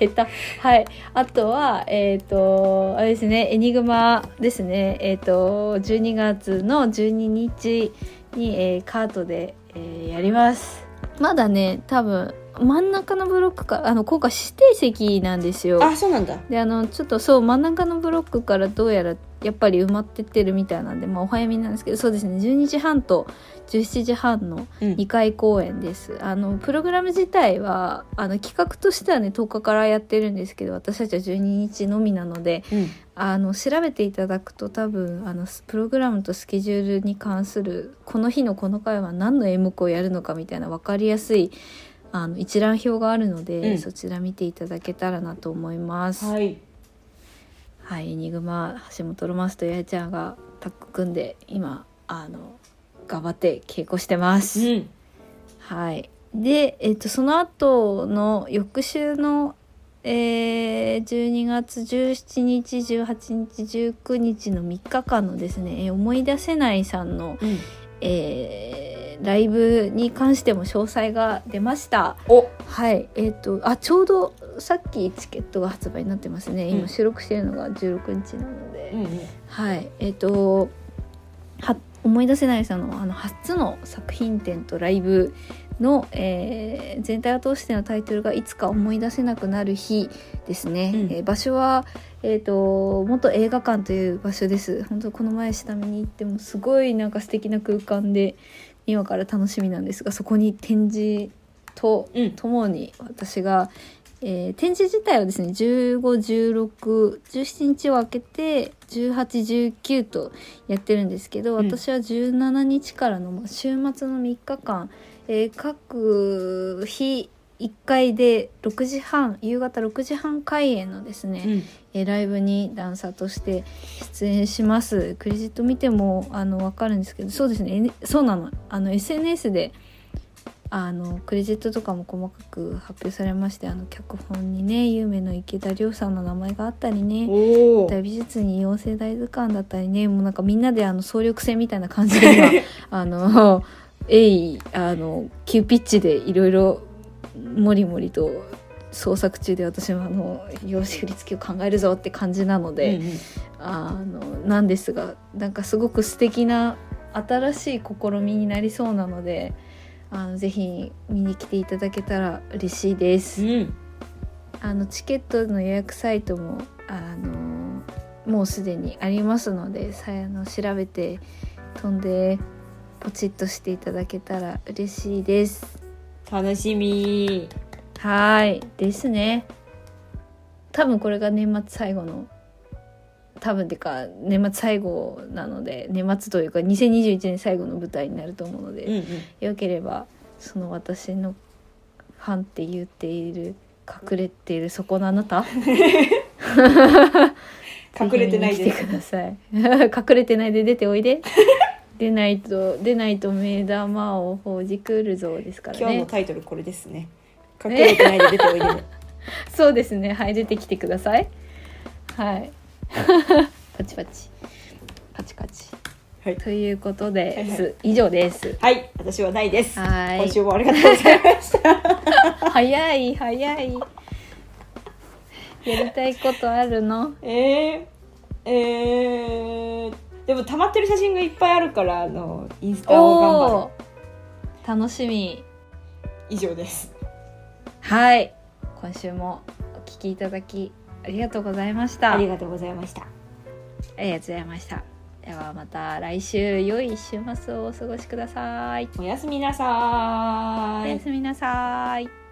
S1: 下手はいあとはえっ、とあれですね「エニグマ」ですねえっ、と12月の12日に、えーカートで、えーやりますまだね多分真ん中のブロックかあの今回指定席なんですよ
S2: あそうなんだ
S1: であのちょっとそう真ん中のブロックからどうやらやっぱり埋まってってるみたいなんで、まあ、お早めなんですけどそうですね12時半と17時半の
S2: うん
S1: 2回公演です、あのプログラム自体はあの企画としてはね10日からやってるんですけど私たちは12日のみなので
S2: うん
S1: あの調べていただくと多分あのスプログラムとスケジュールに関するこの日のこの回は何の演目をやるのかみたいな分かりやすいあの一覧表があるので、
S2: うん
S1: そちら見ていただけたらなと思います。
S2: はい
S1: はい、エニグマ橋本ロマンスと八重ちゃんがタッグ組んで今あの頑張って稽古してます。
S2: うん
S1: はい、で、えっとその後の翌週の、えー、12月17日18日19日の3日間のですね「えー思い出せない」さんの、
S2: うん
S1: えーライブに関しても詳細が出ました。
S2: お
S1: はい、えっ、とあちょうどさっきチケットが発売になってますね。
S2: う
S1: 今
S2: ん
S1: 収録してるのが16日なので、
S2: うんうん
S1: はい、えっ、とは思い出せないさんのあの初の作品展とライブの、えー全体を通してのタイトルが「いつか思い出せなくなる日」ですね、
S2: うん
S1: えー場所は、えー、と元映画館という場所です本当この前下見に行ってもすごいなんか素敵な空間で今から楽しみなんですがそこに展示と
S2: うん
S1: ともに私が、えー展示自体はですね151617日を空けて1819とやってるんですけど
S2: うん
S1: 私は17日からのまあ週末の3日間、えー各日1回で6時半夕方6時半開演のですね、
S2: うん
S1: えーライブにダンサーとして出演しますクレジット見てもあの分かるんですけどそうですねえねそうなのあの SNS であのクレジットとかも細かく発表されましてあの脚本にね有名の池田亮さんの名前があったりね
S2: おお
S1: 大美術に妖精大図鑑だったりねもうなんかみんなであの総力戦みたいな感 じで今あの 鋭意あの急ピッチでいろいろもりもりと創作中で私はあのよし振り付けを考えるぞって感じなので、
S2: うんうん
S1: あのなんですがなんかすごく素敵な新しい試みになりそうなのであのぜひ見に来ていただけたら嬉しいです。
S2: ん
S1: あのチケットの予約サイトもあのもうすでにありますのでさあの調べて飛んでポチッとしていただけたら嬉しいです。
S2: 楽しみ
S1: はーいですね。多分これが年末最後の多分てか年末最後なので年末というか2021年最後の舞台になると思うので、
S2: うんうん
S1: よければその私のファンって言っている隠れているそこのあなた
S2: 隠れてない
S1: ぜひ
S2: で
S1: 見に来てください隠れてないで出ておい で出ないと出ないと目玉をほじくるぞですから
S2: 今日の
S1: ね
S2: タイトルこれですね隠れてないで出ておいで ね
S1: そうですねはい出てきてくださいはいパチパチパチパチ、
S2: はい
S1: ということで、
S2: はいはい
S1: す以上です
S2: はい私はないです
S1: はい
S2: 今週もありがとうございました
S1: 早い早いやりたいことあるの
S2: えー、えー、でも溜まってる写真がいっぱいあるからあのインスタを頑張る
S1: おー楽しみ
S2: 以上です
S1: はい今週もお聞きいただきありがとうございました
S2: あ
S1: あ
S2: り
S1: りが
S2: がとうございました
S1: とうございましたではまた来週良い週末をお過ごしください
S2: おやすみなさ
S1: お
S2: ーい
S1: やすみなさい